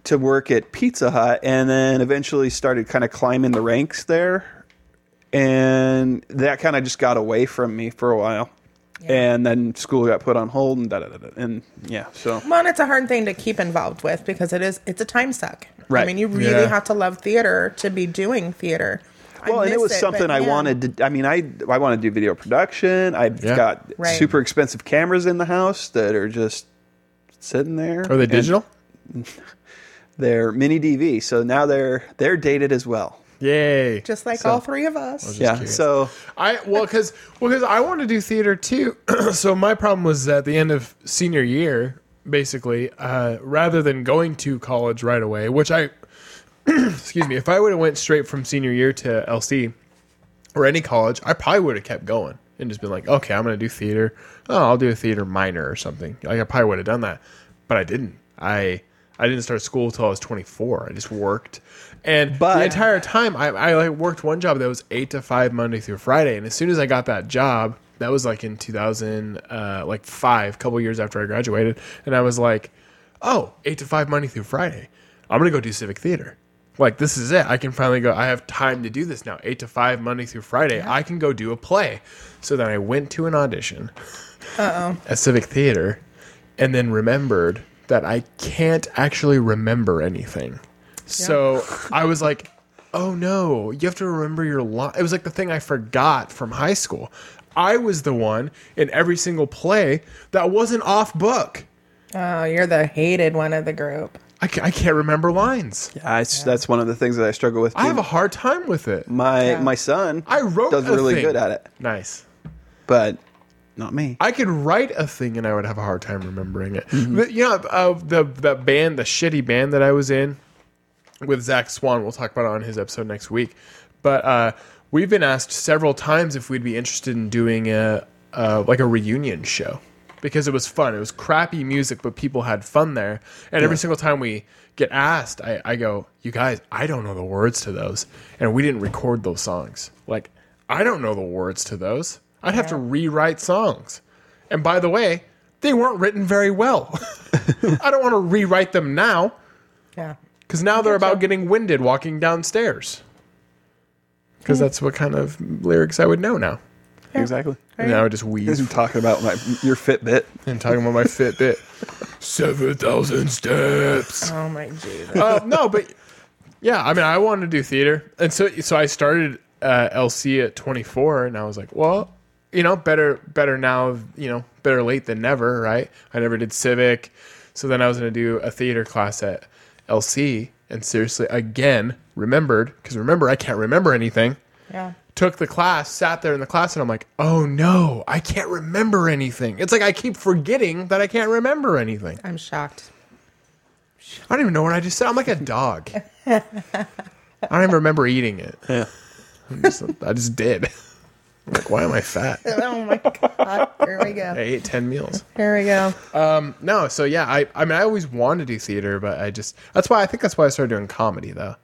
S2: to work at Pizza Hut and then eventually started kind of climbing the ranks there. And that kind of just got away from me for a while. and then school got put on hold and da da da. da. And yeah, so
S3: Well, and it's a hard thing to keep involved with because it is it's a time suck.
S2: Right.
S3: I mean, you really
S1: Yeah.
S3: have to love theater to be doing theater. I
S2: well, and it
S3: miss
S2: was
S3: but
S2: something I
S3: man,
S2: wanted to. I mean, I I want to do video production. I've
S1: Yeah.
S2: got
S3: Right.
S2: super expensive cameras in the house that are just sitting there.
S1: Are they
S2: And
S1: digital?
S2: They're mini DV, so now they're they're dated as well.
S1: Yay!
S3: just like all three of us.
S2: Oh, yeah.
S1: curious.
S2: So
S1: I well because I want to do theater too. *clears throat* so my problem was at the end of senior year, basically, uh, rather than going to college right away, which I *clears throat* excuse me, if I would have went straight from senior year to LC or any college, I probably would have kept going and just been like, okay, I'm going to do theater. Oh, I'll do a theater minor or something. Like I probably would have done that, but I didn't. I I didn't start school until I was 24. I just worked, and
S2: But-
S1: the entire time I, I like worked one job that was eight to five Monday through Friday. And as soon as I got that job, that was like in 2000, uh, like five, couple years after I graduated, and I was like, oh, eight to five Monday through Friday. I'm gonna go do civic theater. Like this is it. I can finally go. I have time to do this now. Eight to five Monday through Friday. I can go do a play. So then I went to an audition at civic theater, and then remembered that I can't actually remember anything. So I was like, oh no, you have to remember your line. It was like the thing I forgot from high school. I was the one in every single play that wasn't off book.
S3: Oh, you're the hated one of the group.
S1: I, ca- I can't remember lines.
S2: I, that's one of the things that I struggle with.
S1: I have
S2: too.
S1: a hard time with it.
S2: my my son
S1: I wrote
S2: does
S1: a
S2: really
S1: thing.
S2: good at it,
S1: Nice.
S2: but not me.
S1: I could write a thing and I would have a hard time remembering it. The- you know, uh, the that band, the shitty band that I was in with Zach Swan. We'll talk about it on his episode next week. But uh, we've been asked several times if we'd be interested in doing a uh, like a reunion show because it was fun. It was crappy music, but people had fun there. And every single time we get asked, I, I go, "You guys, I don't know the words to those, and we didn't record those songs. Like, I don't know the words to those. I'd have to rewrite songs. And by the way." They weren't written very well. *laughs* I don't want to rewrite them now.
S3: Yeah.
S1: Because now they're about getting winded walking downstairs. Because that's what kind of lyrics I would know now.
S2: Exactly.
S1: And now I just
S2: I'm *laughs*
S1: wheeze
S2: talking about my your Fitbit.
S1: and talking about my Fitbit. 7,000 steps.
S3: Oh my Jesus.
S1: Uh, no, but yeah, I mean, I wanted to do theater. And so so I started uh, LC at 24, and I was like, well, you know, better better now, you know, better late than never, right? I never did civic. So then I was going to do a theater class at LC. And seriously, again, remembered, because remember, I can't remember anything
S3: Yeah.
S1: took the class, sat there in the class, and I'm like, oh no, I can't remember anything. It's like I keep forgetting that I can't remember anything.
S3: I'm shocked. *laughs*
S1: I don't even know what I just said. I'm like a dog. I don't even remember eating it. Yeah. i just, I just did. I'm like, why am I fat?
S3: Oh my God. Here we
S1: I
S3: go.
S1: ate 10 meals.
S3: Here we go.
S1: No, so yeah, I, I mean, I always wanted to do theater, but I just, that's why I think that's why I started doing comedy, though,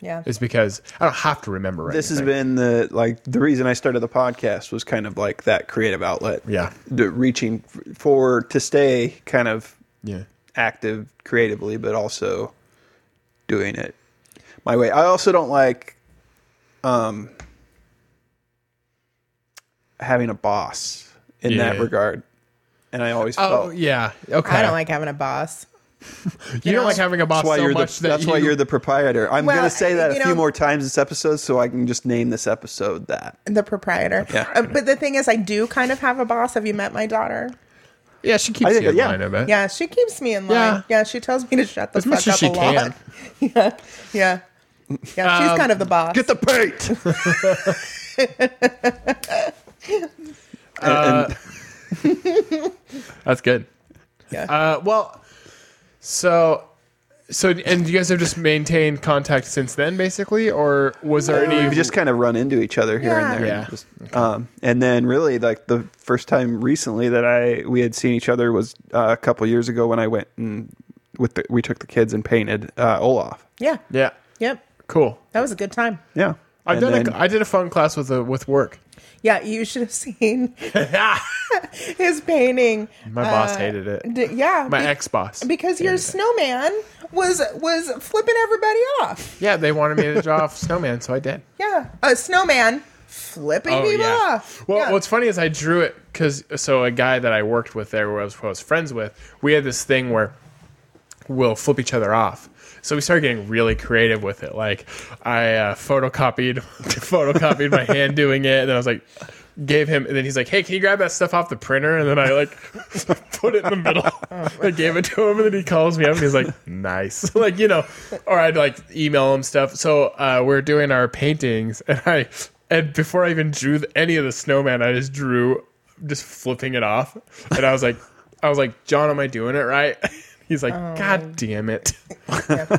S3: Yeah.
S1: is because I don't have to remember
S2: This has
S1: anything.
S2: been the like the reason I started the podcast was kind of like that creative outlet.
S1: Yeah.
S2: the reaching f- for to stay kind of
S1: Yeah.
S2: active creatively, but also doing it my way. I also don't like um having a boss in that
S1: Yeah.
S2: regard, and I always
S1: Oh,
S2: felt.
S1: yeah. Okay.
S3: I don't like having a boss.
S1: you don't like having a boss
S2: That's why
S1: so
S2: you're the.
S1: much that
S2: That's why
S1: you-
S2: you're the proprietor. I'm
S3: Well,
S2: gonna say that a
S3: you
S2: few
S3: know-
S2: more times this episode, so I can just name this episode that.
S3: The proprietor.
S2: Yeah.
S3: Uh, but the thing is, I do kind of have a boss. Have you met my daughter?
S1: Yeah, she keeps
S2: I think-
S1: you in
S2: yeah.
S1: line a bit.
S3: Yeah, she keeps me in line.
S1: Yeah.
S3: Yeah, she tells me to shut the
S1: As
S3: fuck
S1: much
S3: up
S1: as she
S3: a lot.
S1: can.
S3: *laughs* yeah, yeah, yeah. she's
S1: Um,
S3: kind of the boss.
S2: Get the paint. *laughs* And- and-
S1: Uh, *laughs* That's good.
S3: Yeah.
S1: Uh, well, so so and you guys have just maintained contact since then, basically, or was there any?
S2: we just kind of run into each other here
S3: Yeah.
S2: and there.
S1: Yeah.
S2: Just, um, and then really like the first time recently that I we had seen each other was uh, a couple years ago when I went and with the, we took the kids and painted uh, Olaf.
S3: yeah,
S1: yeah,
S3: yep.
S1: cool.
S3: That was a good time.
S2: Yeah.
S1: I've
S2: And
S1: done
S2: then-
S1: a, I did a fun class with a, with work.
S2: *laughs*
S3: Yeah, you should have *laughs* seen
S1: My
S3: his painting.
S1: boss
S3: Uh,
S1: hated it.
S3: D- yeah,
S1: My
S3: be-
S1: ex boss.
S3: because your snowman was was flipping everybody off.
S1: Yeah, they wanted me to draw a snowman, so I did.
S3: Yeah, a snowman flipping people off.
S1: Oh, Well,
S3: Yeah.
S1: what's funny is I drew it because so a guy that I worked with there, who I was, who I was friends with, we had this thing where we'll flip each other off. So we started getting really creative with it. Like I uh, photocopied, *laughs* photocopied my hand doing it, and then I was like, gave him, and then he's like, "Hey, can you grab that stuff off the printer?" And then I like *laughs* put it in the middle. I gave it to him, and then he calls me up, and he's like, "Nice," *laughs* like you know, or I'd like email him stuff. So uh, we're doing our paintings, and I, and before I even drew th- any of the snowman, I just drew, just flipping it off, and I was like, I was like, John, am I doing it right? *laughs* He's like,
S3: Oh.
S1: God damn it!
S3: Yeah.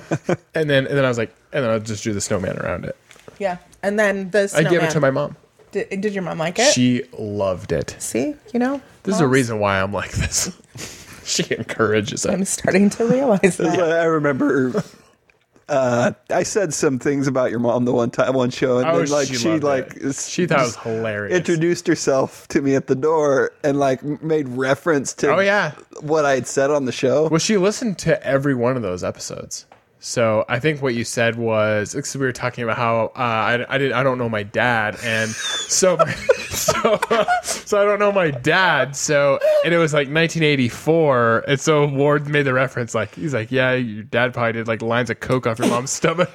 S1: And then, and then I was like, and then I just drew the snowman around it.
S3: yeah. And then the
S1: I
S3: snowman.
S1: gave it to my mom.
S3: Did, did your mom like it?
S1: She loved it.
S3: See, you know,
S1: This is a
S3: moms,
S1: reason why I'm like this. *laughs* she encourages it.
S3: I'm starting
S1: *laughs*
S3: to realize
S2: That's
S3: that.
S2: what I remember. Uh, I said some things about your mom the one time one show, and
S1: Oh,
S2: then like
S1: she
S2: she,
S1: loved
S2: like
S1: it.
S2: s-
S1: She thought it was
S2: just
S1: hilarious.
S2: Introduced herself to me at the door and like m- made reference to
S1: Oh, yeah.
S2: what I had said on the show.
S1: Well, she listened to every one of those episodes. So I think what you said was 'cause we were talking about how uh, I I, did, I don't know my dad, and *laughs* so so so I don't know my dad. So and it was like 1984, and so Ward made the reference like he's like, yeah, your dad probably did like lines of coke off your mom's *laughs* stomach.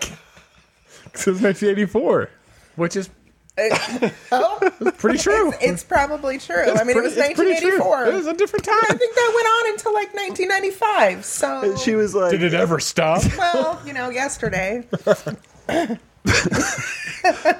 S1: 'Cause it was 1984, which is
S3: Oh,
S1: pretty true.
S3: *laughs* it's probably true. I mean, it was
S1: It's pretty true.
S3: 1984.
S1: It was a different
S3: I *laughs*
S1: time.
S3: think that went on until like 1995. So
S1: Uh,
S2: And she was like,
S1: Did it ever stop?
S3: well, you know, yesterday.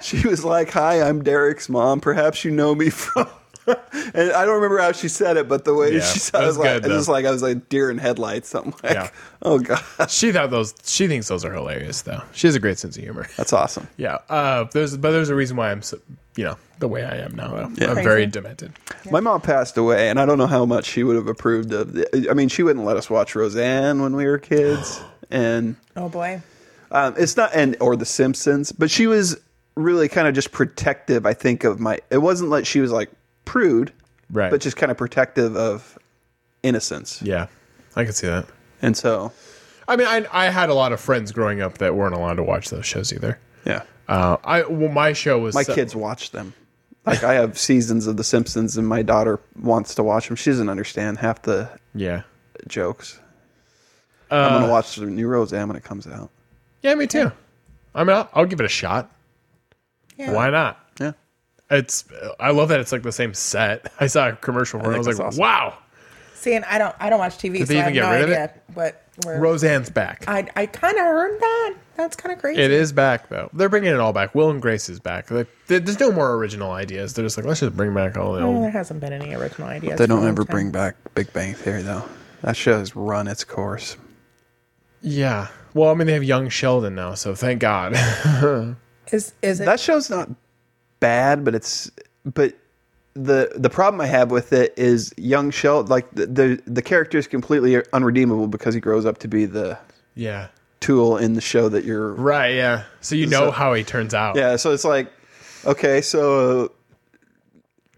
S2: she was like, "Hi, I'm Derek's mom. Perhaps you know me from." *laughs* and I don't remember how she said it, but the way
S1: Yeah,
S2: she said,
S1: that
S2: it, I
S1: was
S2: was like,
S1: good,
S2: I was
S1: though.
S2: like, I was like deer in headlights. I'm like,
S1: Yeah.
S2: *laughs* oh god,
S1: She thought those. She thinks those are hilarious, though. She has a great sense of humor. *laughs*
S2: that's awesome.
S1: Yeah. Uh, there's, but there's a reason why I'm, so, you know, the way I am now. I'm, I'm very
S3: Crazy.
S1: demented.
S2: *laughs* My mom passed away, and I don't know how much she would have approved of. The, I mean, she wouldn't let us watch Roseanne when we
S1: *gasps*
S2: were kids, and
S3: Oh boy.
S2: um, it's not and or The Simpsons, but she was really kind of just protective. I think of my. It wasn't like she was like prude,
S1: Right.
S2: But just kind of protective of innocence,
S1: Yeah, I can see that.
S2: and so
S1: I mean, I, I had a lot of friends growing up that weren't allowed to watch those shows either.
S2: yeah.
S1: Uh, I well, my show was
S2: My
S1: so-
S2: kids watch them. Like I have seasons of The Simpsons, and my daughter wants to watch them. She doesn't understand half the
S1: Yeah.
S2: jokes. I'm gonna watch the new Roseanne when it comes out.
S1: Yeah, me too. I mean, I'll, I'll give it a shot.
S3: Yeah.
S1: Why not?
S2: Yeah.
S1: It's. I love that it's like the same set. I saw a commercial for it. I was
S2: think
S1: like,
S2: that's awesome.
S1: wow,
S3: See, and I don't, I don't watch TV, so
S1: they
S3: I have
S1: even
S3: no
S1: get rid of
S3: idea what we're.
S1: Roseanne's back.
S3: I, I kind of heard that. That's kind of crazy.
S1: It is back though. They're bringing it all back. Will and Grace is back. They, there- there's no more original ideas. They're just like let's just bring back all the
S3: Well, there
S1: old.
S3: hasn't been any original ideas.
S2: They
S3: for a
S2: don't
S3: long
S2: ever
S3: time.
S2: bring back Big Bang Theory though. That show has run its course.
S1: Yeah. Well, I mean they have young Sheldon now, so thank God. *laughs*
S3: Is is it?
S2: That show's not bad, but it's but the the problem I have with it is young Sheldon. Like the, the the character is completely unredeemable because he grows up to be the
S1: yeah.
S2: tool in the show that you're
S1: Right. Yeah. So you know
S2: So-
S1: how he turns out.
S2: Yeah, so it's like, okay, so uh,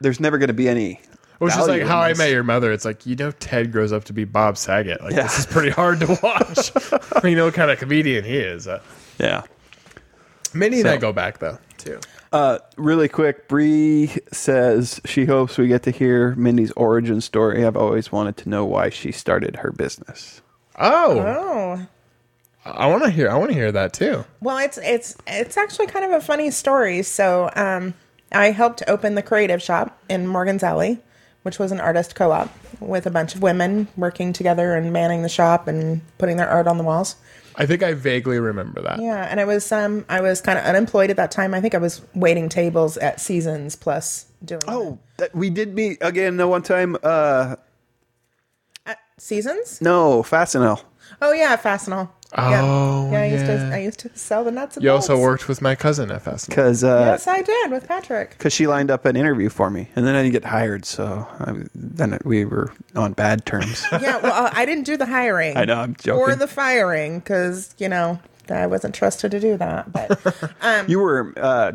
S2: there's never going to be any.
S1: Which is
S2: value
S1: like
S2: in
S1: how I
S2: this.
S1: met your mother. It's like you know Ted grows up to be Bob Saget. Like
S2: Yeah.
S1: this is pretty hard to
S2: *laughs*
S1: watch. *laughs* you know what kind of comedian he is. Uh,
S2: Yeah.
S1: Minnie and I go back though too.
S2: Uh, really quick, Bree says she hopes we get to hear Mindy's origin story. I've always wanted to know why she started her business.
S1: Oh,
S3: oh.
S1: I want to hear. I want to hear that too.
S3: Well, it's it's it's actually kind of a funny story. So, um, I helped open the creative shop in Morgan's Alley, which was an artist co-op with a bunch of women working together and manning the shop and putting their art on the walls.
S1: I think I vaguely remember that.
S3: Yeah, and I was um I was kind of unemployed at that time. I think I was waiting tables at Seasons Plus doing
S2: Oh, that, we did meet again the one time. Uh,
S3: at Seasons.
S2: no, Fastenal.
S3: Oh yeah, Fastenal.
S1: Oh,
S3: yeah. I used
S1: yeah.
S3: to I used to sell the nuts and
S1: You
S3: bolts.
S1: also worked with my cousin at Festival.
S2: Because uh,
S3: Yes, I did with Patrick.
S2: 'cause she lined up an interview for me, and then I didn't get hired, so I, then we were on bad terms.
S3: yeah, well, I didn't do
S1: *laughs*
S3: the
S2: *laughs*
S3: hiring.
S2: I know, I'm joking.
S3: Or the firing, because you know I wasn't trusted to do that. But
S2: You were uh,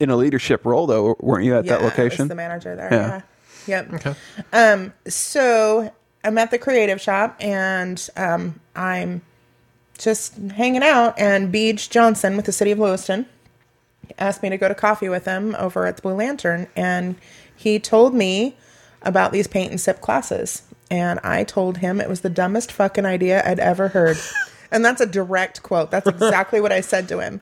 S2: in a leadership role, though, weren't you, at
S3: yeah, I
S2: that
S3: was
S2: location?
S3: the manager there.
S2: Yeah.
S3: Yeah. Yep. Okay. Um. So I'm at the creative shop, and um, I'm just hanging out, and Beej Johnson with the city of Lewiston asked me to go to coffee with him over at the Blue Lantern, and he told me about these paint and sip classes. And I told him it was the dumbest fucking idea I'd ever heard. and that's a direct quote. That's exactly what I said to him.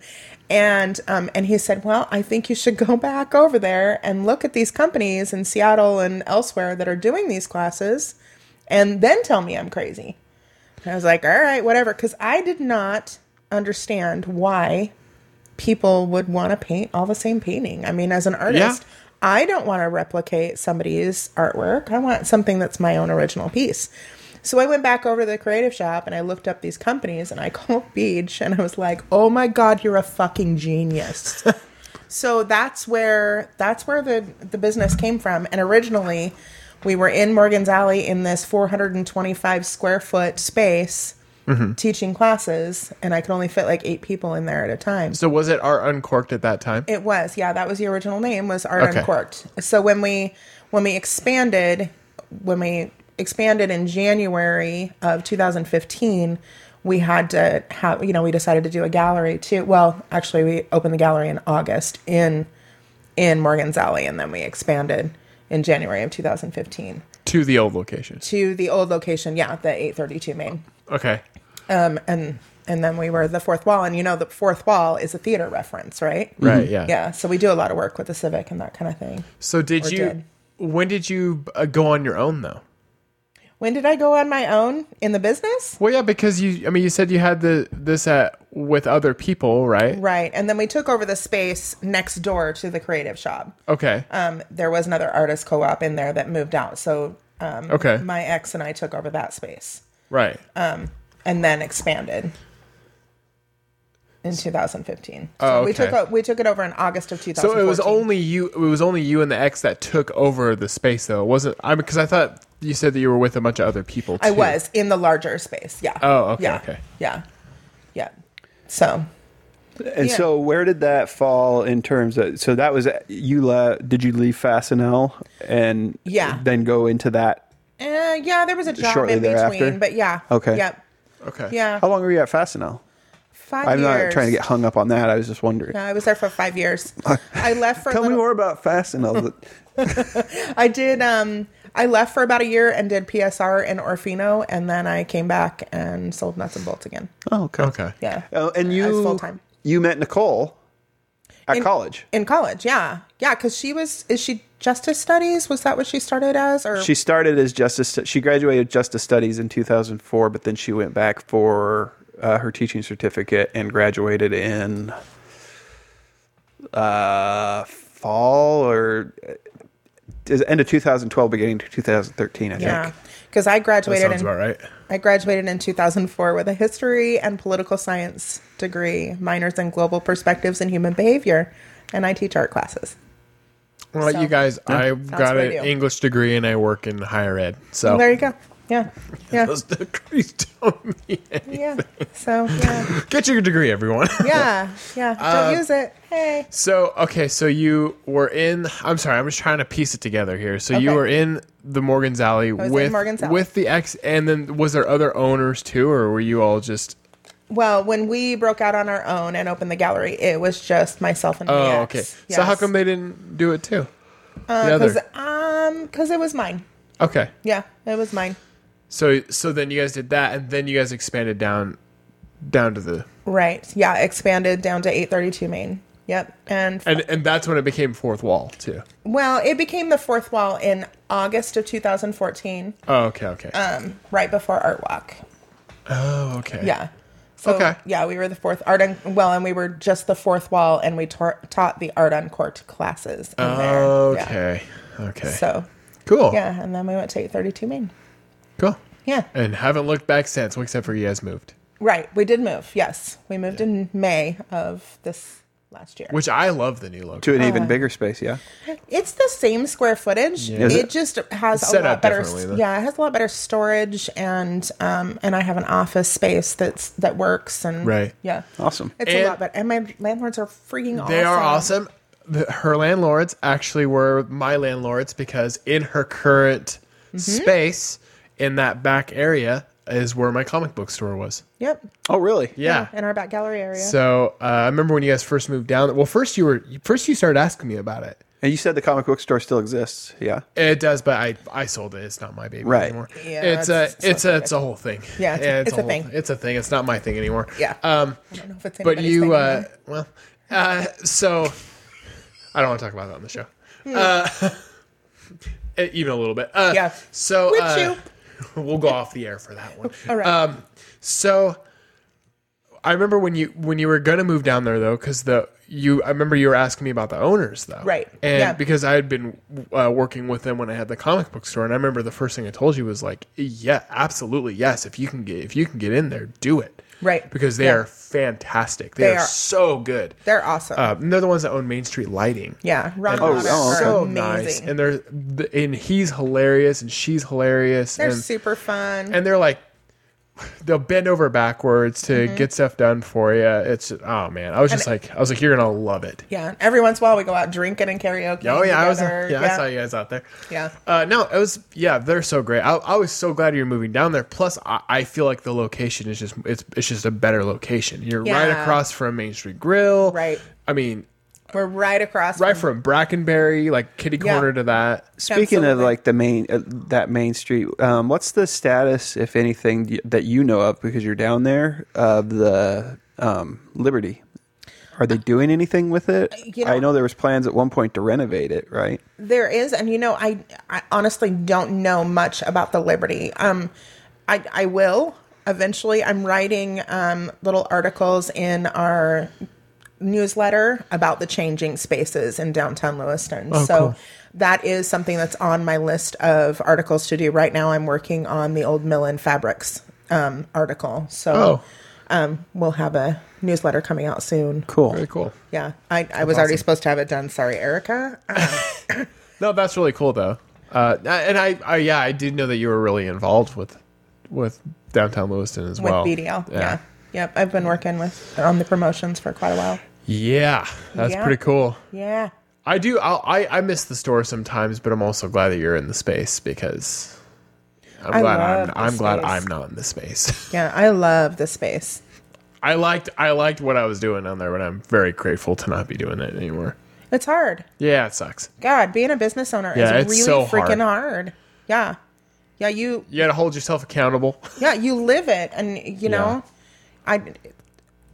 S3: And um, and he said, "Well, I think you should go back over there and look at these companies in Seattle and elsewhere that are doing these classes, and then tell me I'm crazy." And I was like, "All right, whatever," because I did not understand why people would want to paint all the same painting. I mean, as an artist, I don't want to replicate somebody's artwork. I want something that's my own original piece. So I went back over to the creative shop and I looked up these companies and I *laughs* called Beach and I was like, "Oh my god, you're a fucking genius." so that's where that's where the the business came from and originally we were in Morgan's Alley in this 425 square foot space teaching classes and I could only fit like 8 people in there at a time.
S1: So was it Art Uncorked at that time?
S3: It was, yeah. That was the original name was Art
S1: Okay.
S3: Uncorked. So when we when we expanded, when we expanded in January of 2015, we had to have you know we decided to do a gallery too. Well, actually, we opened the gallery in August in in Morgan's Alley, and then we expanded in January of 2015
S1: to the old location.
S3: to the old location. Yeah, the 832 Main
S1: Okay.
S3: um, and and then we were the fourth wall, and you know the fourth wall is a theater reference, right?
S1: Right, yeah.
S3: Mm-hmm. Yeah. So we do a lot of work with the civic and that kind of thing.
S1: So did
S3: Or
S1: you?
S3: did.
S1: When did you uh, go on your own though?
S3: When did I go on my own in the business?
S1: Well, yeah, because you. I mean, you said you had the this at with other people, right?
S3: Right. And then we took over the space next door to the creative shop.
S1: Okay.
S3: Um, there was another artist co-op in there that moved out, so um,
S1: Okay.
S3: my uh, ex and I took over that space
S1: right.
S3: and then expanded in 2015. So
S1: Oh,
S3: we took
S1: okay.
S3: o- we took it over in August of 2014.
S1: so it was only you. It was only you and the ex that took over the space, though. It wasn't I? Because I thought you said that you were with a bunch of other people. Too.
S3: I was in the larger space. Yeah.
S1: Oh, okay,
S3: Yeah.
S1: okay.
S3: Yeah. Yeah. So
S2: And
S3: Yeah.
S2: so, where did that fall in terms of? So that was you. Le, did you leave Fastenal and
S3: Yeah.
S2: then go into that?
S3: eh, yeah, there was a job
S2: Shortly
S3: in between,
S2: thereafter?
S3: but yeah.
S2: Okay.
S3: Yep.
S1: Okay.
S3: Yeah.
S2: How long were you at Fastenal?
S3: 5
S2: I'm
S3: years.
S2: not trying to get hung up on that. I was just wondering.
S3: No, I was there for five years. I left for
S2: *laughs*
S3: a
S2: Tell me
S3: little-
S2: more about
S3: *laughs*
S2: Fastenal.
S3: I did. Um, I left for about a year and did PSR in Orfino, and then I came back and sold nuts and bolts again.
S2: oh, okay.
S1: Okay.
S3: Yeah.
S2: Oh, and
S3: I was
S2: you
S3: full-time.
S2: you met Nicole at
S3: In-
S2: college.
S3: In college, yeah, yeah, because she was. Is she justice studies? Was that what she started as? Or
S2: She started as justice. She graduated justice studies in 2004, but then she went back for uh, her teaching certificate and graduated in uh, fall or uh, is- end of 2012, beginning to 2013. I
S3: yeah,
S2: think.
S3: because I
S1: That
S3: graduated
S1: sounds
S3: in
S1: about right.
S3: I graduated in 2004 with a history and political science degree, minors in global perspectives and human behavior, and I teach art classes.
S1: Well,
S3: So-
S1: you guys, I got
S3: what I
S1: an
S3: do.
S1: English degree and I work in higher ed. So
S3: there you go. Yeah. Yeah.
S1: those degrees don't mean anything.
S3: Yeah. *laughs* So, yeah.
S1: Get your degree, everyone. *laughs*
S3: Yeah. Yeah.
S1: Uh,
S3: Don't use it. Hey.
S1: So okay, so you were in. I'm sorry, I'm just trying to piece it together here. So you
S3: Okay.
S1: were in the Morgan's Alley
S3: was in
S1: with
S3: Morgan's Alley.
S1: with the ex, and then was there other owners too, or were you all just?
S3: Well, when we broke out on our own and opened the gallery, it was just myself and
S1: Oh,
S3: my
S1: okay.
S3: ex.
S1: So how
S3: Yes. Uh,
S1: come they didn't do it too? the
S3: Because
S1: other.
S3: um, because it was mine.
S1: Okay.
S3: Yeah, it was mine.
S1: So so then you guys did that, and then you guys expanded down down to the
S3: Right. Yeah. Expanded down to 832 Main. Yep. And
S1: and and that's when it became fourth wall too.
S3: Well, it became the fourth wall in August of 2014,
S1: Oh, okay, okay.
S3: Uh, um, right before Art Walk.
S1: oh, okay.
S3: Yeah. So,
S1: Okay.
S3: Yeah, we were the fourth art. Un- well, and we were just the fourth wall, and we tor- taught the art on court classes. In there. Yeah.
S1: Okay. Okay.
S3: So
S1: cool.
S3: yeah, and then we went to 832 Main.
S1: Cool.
S3: Yeah.
S1: And haven't looked back since, well, except for you guys moved,
S3: Right. We did move. Yes, we moved in May of this last year.
S1: which I love the new logo.
S2: To an even bigger space. Yeah.
S3: It's the same square footage.
S2: Is
S3: It,
S2: it?
S3: just has
S1: It's
S3: a
S1: set
S3: lot
S1: up
S3: better.
S1: differently, though.
S3: Yeah, it has a lot better storage, and um, and I have an office space that's that works, and
S1: Right.
S3: yeah,
S2: Awesome.
S3: it's
S1: And-
S3: a lot better. And my landlords are freaking awesome.
S1: They are awesome. The- Her landlords actually were my
S3: Mm-hmm.
S1: landlords because in her current space in that back area, is where my comic book store was.
S3: Yep.
S2: Oh, really?
S1: Yeah.
S3: In our back gallery area.
S1: So uh, I remember when you guys first moved down. Well, first you were first you started asking me about it.
S2: And you said the comic book store still exists. Yeah.
S1: It does, but I I sold it. It's not my baby
S2: Right.
S1: anymore.
S3: Yeah,
S1: it's a
S3: that's- that's
S1: it's a it's a whole thing. *laughs*
S3: Yeah, it's a- it's a
S1: whole
S3: thing.
S1: It's a thing. It's not my thing anymore.
S3: Yeah.
S1: Um,
S3: I don't know if it's
S1: but
S3: anybody's
S1: you
S3: thing
S1: uh,
S3: anymore.
S1: well, uh, so I don't want to talk about that on the show. *laughs* Uh, even a little bit. Uh,
S3: Hmm. Yeah.
S1: So
S3: With
S1: uh, um, we'll go off the air for that
S3: *laughs*
S1: one.
S3: All right.
S1: So I remember when you when you were gonna move down there though, because the you I remember you were asking me about the owners though,
S3: Right,
S1: And
S3: yeah.
S1: because I had been uh, working with them when I had the comic book store, and I remember the first thing I told you was like, yeah, absolutely, yes. If you can get if you can get in there, do it,
S3: Right,
S1: Because they
S3: yeah.
S1: are fantastic. They,
S3: They
S1: are,
S3: are.
S1: so good.
S3: They're awesome.
S1: Uh, and they're the ones that own Main Street Lighting.
S3: yeah. Ron
S1: And
S3: oh,
S1: they're
S2: oh, okay.
S1: so
S3: are amazing.
S1: nice, and they're th- and he's hilarious, and she's hilarious.
S3: They're
S1: and,
S3: super fun.
S1: and they're like they'll bend over backwards to
S3: Mm-hmm.
S1: get stuff done for you it's oh man i was just like i was like you're gonna love it
S3: yeah. Every once in a while we go out drinking and karaoke.
S1: oh yeah i was
S3: together.
S1: yeah, i saw you guys out there
S3: Yeah.
S1: uh no it was yeah they're so great i, I was so glad you're moving down there plus I, I feel like the location is just it's it's just a better location you're right
S3: Yeah.
S1: across from main street grill
S3: Right.
S1: i mean
S3: We're right across
S1: right from
S3: from
S1: brackenberry like kitty
S3: Yeah.
S1: corner to that
S2: Speaking of
S3: Absolutely.
S2: like the main uh, that main street, um, what's the status, if anything, y- that you know of because you're down there of the um, Liberty? Are they doing anything with it?
S3: Uh, you know- Mm-hmm.
S2: I know there was plans at one point to renovate it, right?
S3: There is, and you know, I, I honestly don't know much about the Liberty. Um, I I will eventually. I'm writing um little articles in our newsletter about the changing spaces in downtown Lewiston. so
S1: Oh, cool.
S3: that is something that's on my list of articles to do. Right now, I'm working on the old Millen Fabrics um article. So
S1: oh
S3: um, we'll have a newsletter coming out soon.
S2: Cool.
S1: very cool
S3: Yeah, I, I was already supposed to have it done. Sorry, Erica.
S1: No, that's really cool though. Uh, and I, I, yeah, I did know that you were really involved with, with downtown Lewiston as
S3: with
S1: well.
S3: BDL. Yeah. Yep. I've been working with on the promotions for quite a while.
S1: Yeah, that's
S3: Yeah.
S1: pretty cool.
S3: Yeah.
S1: I do. I'll, I I miss the store sometimes, but I'm also glad that you're in the space because I'm
S3: I
S1: glad
S3: love
S1: I'm
S3: the
S1: I'm glad
S3: space.
S1: I'm not in the space. *laughs*
S3: Yeah. I love the space.
S1: I liked I liked what I was doing down there, but I'm very grateful to not be doing it anymore.
S3: It's hard.
S1: Yeah, it sucks.
S3: God, being a business owner
S1: Yeah,
S3: is
S1: it's so
S3: really freaking hard. Yeah. Yeah, you
S1: You got to hold yourself accountable. *laughs*
S3: yeah, you live it and you know I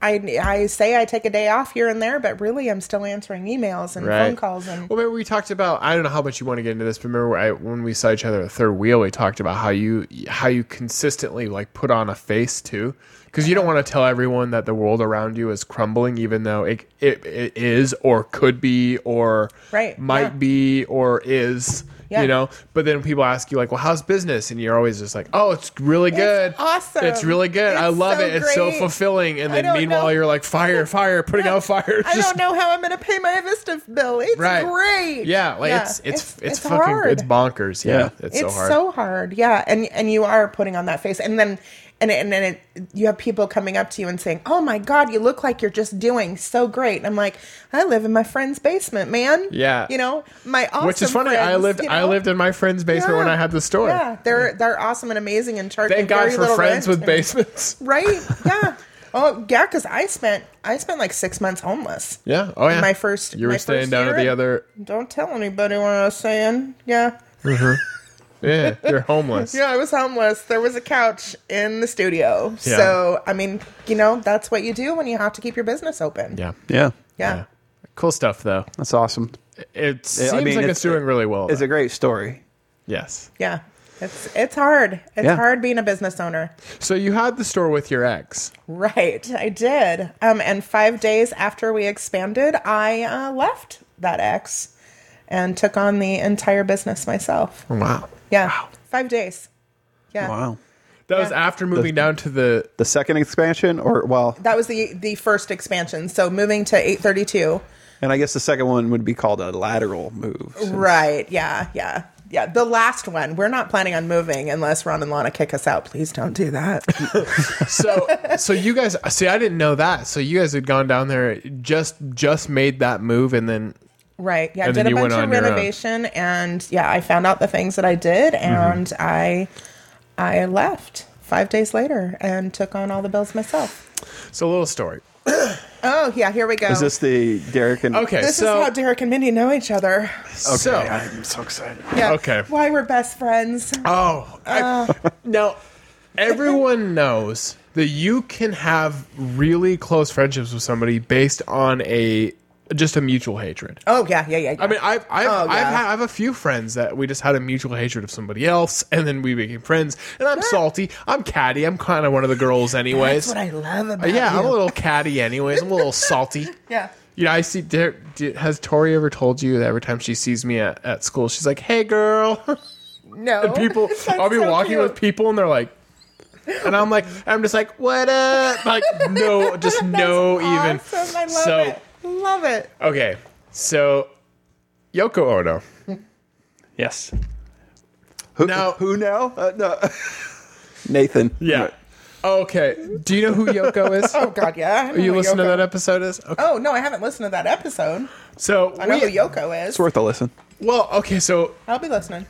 S3: I, I say I take a day off here and there, but really I'm still answering emails and
S1: Right.
S3: phone calls and
S1: Well, remember we talked about I don't know how much you want to get into this, but remember I, when we saw each other at third wheel, we talked about how you how you consistently like put on a face too, because you don't want to tell everyone that the world around you is crumbling, even though it it, it is or could be or
S3: Right,
S1: might
S3: yeah.
S1: be or is.
S3: Yeah.
S1: You know, but then people ask you like, "Well, how's business?" And you're always just like, "Oh, it's really good,
S3: awesome.
S1: it's really good, I
S3: It's
S1: love
S3: so
S1: it, it's so
S3: great.
S1: fulfilling." And
S3: I
S1: then
S3: don't
S1: meanwhile,
S3: know.
S1: you're like, "Fire, fire, putting out fires."
S3: *laughs*
S1: *laughs*
S3: I
S1: Just-
S3: don't know how I'm going to pay my Vista bill. It's
S1: right
S3: great.
S1: yeah like It's, it's it's fucking
S3: hard.
S1: it's bonkers yeah,
S2: Yeah.
S1: It's,
S3: it's
S1: so hard
S3: yeah and and you are putting on that face and then and and then it, you have people coming up to you and saying oh my god you look like you're just doing so great and i'm like i live in my friend's basement man
S1: Yeah.
S3: you know my awesome
S1: which is funny i
S3: friends,
S1: lived
S3: you
S1: i
S3: know?
S1: lived in my friend's basement when
S3: Yeah.
S1: i had the store
S3: yeah they're they're awesome and amazing and charging
S1: thank god
S3: very
S1: for
S3: little
S1: friends
S3: rent
S1: with
S3: and- *laughs*
S1: basements *laughs*
S3: right yeah oh yeah because i spent i spent like six months homeless
S1: yeah oh yeah
S3: My first-
S1: you were
S3: my
S1: staying
S3: first
S1: down at
S3: year
S1: the
S3: at-
S1: other
S3: don't tell anybody what i was saying yeah
S1: yeah
S3: *laughs*
S1: you're homeless
S3: Yeah, I was homeless. There was a couch in the studio.
S1: Yeah.
S3: So, I mean, you know, that's what you do when you have to keep your business open.
S1: yeah
S2: Yeah,
S3: Yeah.
S1: yeah. cool stuff though
S2: that's awesome.
S1: it seems
S2: mean,
S1: like it's,
S2: it's-
S1: doing really well
S2: It's a great story.
S1: yes
S3: Yeah. It's it's hard. It's
S2: Yeah.
S3: hard being a business owner.
S1: so you had the store with your ex
S3: Right. I did. Um and 5 days after we expanded, I uh, left that ex and took on the entire business myself.
S1: wow
S3: Yeah. 5 days. Yeah.
S2: Wow.
S1: that was after moving down to the
S2: The second expansion, or well,
S3: That was the the first expansion. So, moving to 832
S2: and I guess the second one would be called a lateral move. So-
S3: Right. Yeah. Yeah. Yeah. The last one. We're not planning on moving unless Ron and Lana kick us out. Please don't do
S1: *laughs*
S3: that.
S1: so so you guys see i didn't know that so you guys had gone down there just just made that move and then
S3: right. Yeah. I
S1: And then
S3: did a
S1: you went
S3: bunch of
S1: on your uh, own.
S3: renovation
S1: Mm-hmm.
S3: and yeah, I found out the things that I did and I I left. five days later and took on all the bills myself.
S1: So a little story.
S3: Oh, yeah, here we go.
S2: Is this the Derek and
S1: Okay,
S3: This
S1: so
S3: is how Derek and Mindy know each other.
S1: so
S2: I'm so excited.
S3: Yeah.
S1: Okay.
S3: Why we're best friends.
S1: Oh, I, now everyone knows that you can have really close friendships with somebody based on a just a mutual hatred.
S3: Oh, yeah, yeah, yeah. yeah.
S1: I mean, I've I've,
S3: Oh,
S1: I've
S3: yeah.
S1: had, I have a few friends that we just had a mutual hatred of somebody else, and then we became friends. And I'm salty. I'm catty. I'm kind of one of the girls, anyways.
S3: That's what I love about
S1: Uh, yeah,
S3: you.
S1: I'm a little catty, anyways. I'm a little salty.
S3: yeah.
S1: *laughs* You know, I see. There, did, has Tori ever told you that every time she sees me at, at school, she's like, "Hey, girl." *laughs*
S3: No.
S1: And *laughs* people,
S3: *laughs* That's
S1: I'll be
S3: so
S1: walking
S3: cute.
S1: with people, and they're like, and I'm like, I'm just like, what up? Like, *laughs* no, just
S3: That's
S1: no, even.
S3: awesome. I love
S1: so,
S3: it. Love it.
S1: okay, so Yoko Ono.
S2: Yes. Who
S1: Now-
S2: who now? Uh, no. *laughs* Nathan.
S1: Yeah. Okay. Do you know who Yoko *laughs* is?
S3: Oh, God, yeah.
S1: you listen to that episode? Is okay.
S3: Oh, no, I haven't listened to that episode.
S1: So
S3: I know
S1: we-
S3: who Yoko is.
S2: It's worth a listen.
S1: well, okay. So
S3: I'll be listening.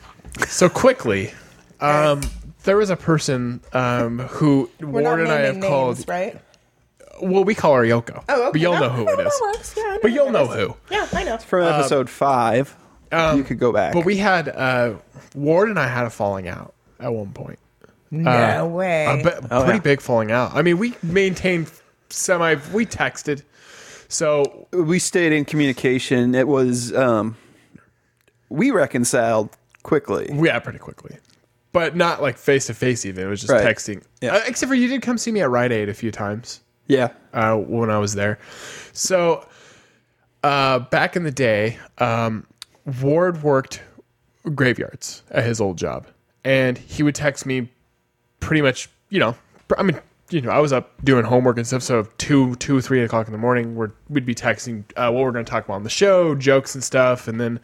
S1: so quickly, um, there was a person um, who
S3: We're
S1: Ward
S3: not
S1: and I have
S3: naming
S1: called.
S3: names, right?
S1: Well, we call her Yoko.
S3: Oh, okay.
S1: But you'll
S3: No,
S1: know who
S3: no,
S1: it
S3: that *laughs*
S1: is.
S3: works. Yeah, I know
S1: But you'll
S3: who it
S1: know
S3: is.
S1: who.
S3: Yeah, I know.
S2: From episode five, you could go back.
S1: Um, But we had uh, Ward and I had a falling out at one point. uh,
S3: No way.
S1: A bit-
S2: Oh,
S1: pretty
S2: yeah.
S1: big falling out. I mean, we maintained semi. We texted. So
S2: we stayed in communication. It was um, we reconciled quickly.
S1: Yeah, pretty quickly. But not like face to face, even. It was just
S2: Right.
S1: texting.
S2: Yeah.
S1: Uh, except for you did come see me at Rite Aid a few times
S2: Yeah,
S1: uh, when I was there. So uh, back in the day, um, Ward worked graveyards at his old job. And he would text me pretty much, you know, pr- I mean, you know, I was up doing homework and stuff. So two, two, three o'clock in the morning, we're, we'd be texting uh, what we're going to talk about on the show, jokes and stuff, and then,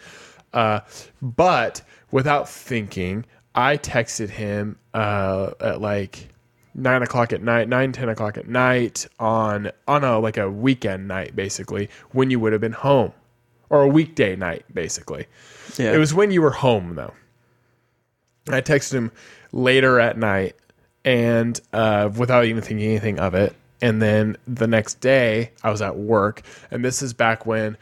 S1: uh, but without thinking, I texted him uh, at like nine o'clock at night, nine ten o'clock at night on on a like a weekend night, basically when you would have been home, or a weekday night, basically.
S2: yeah.
S1: It was when you were home, though. I texted him later at night and uh, without even thinking anything of it. And then the next day, I was at work. And this is back when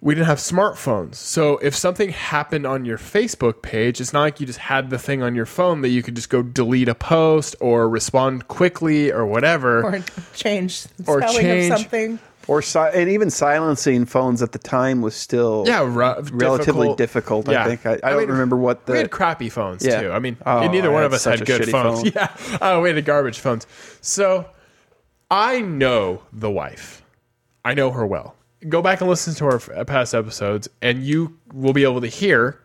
S1: we didn't have smartphones. So if something happened on your Facebook page, it's not like you just had the thing on your phone that you could just go delete a post or respond quickly or whatever.
S3: or change the
S1: Or
S3: spelling
S1: change-
S3: of something.
S2: or si- and even silencing phones at the time was still
S1: yeah, ru-
S2: relatively difficult. I think I, I, don't
S1: mean,
S2: remember what
S1: we
S2: the
S1: had crappy phones
S2: Yeah.
S1: too. I mean,
S2: Oh,
S1: neither
S2: I
S1: one
S2: had
S1: of us
S2: such
S1: had
S2: a
S1: good
S2: shitty
S1: phones. *laughs* Yeah,
S2: phone.
S1: oh, we had garbage phones. So I know the wife. I know her well. Go back and listen to our f- uh, past episodes, and you will be able to hear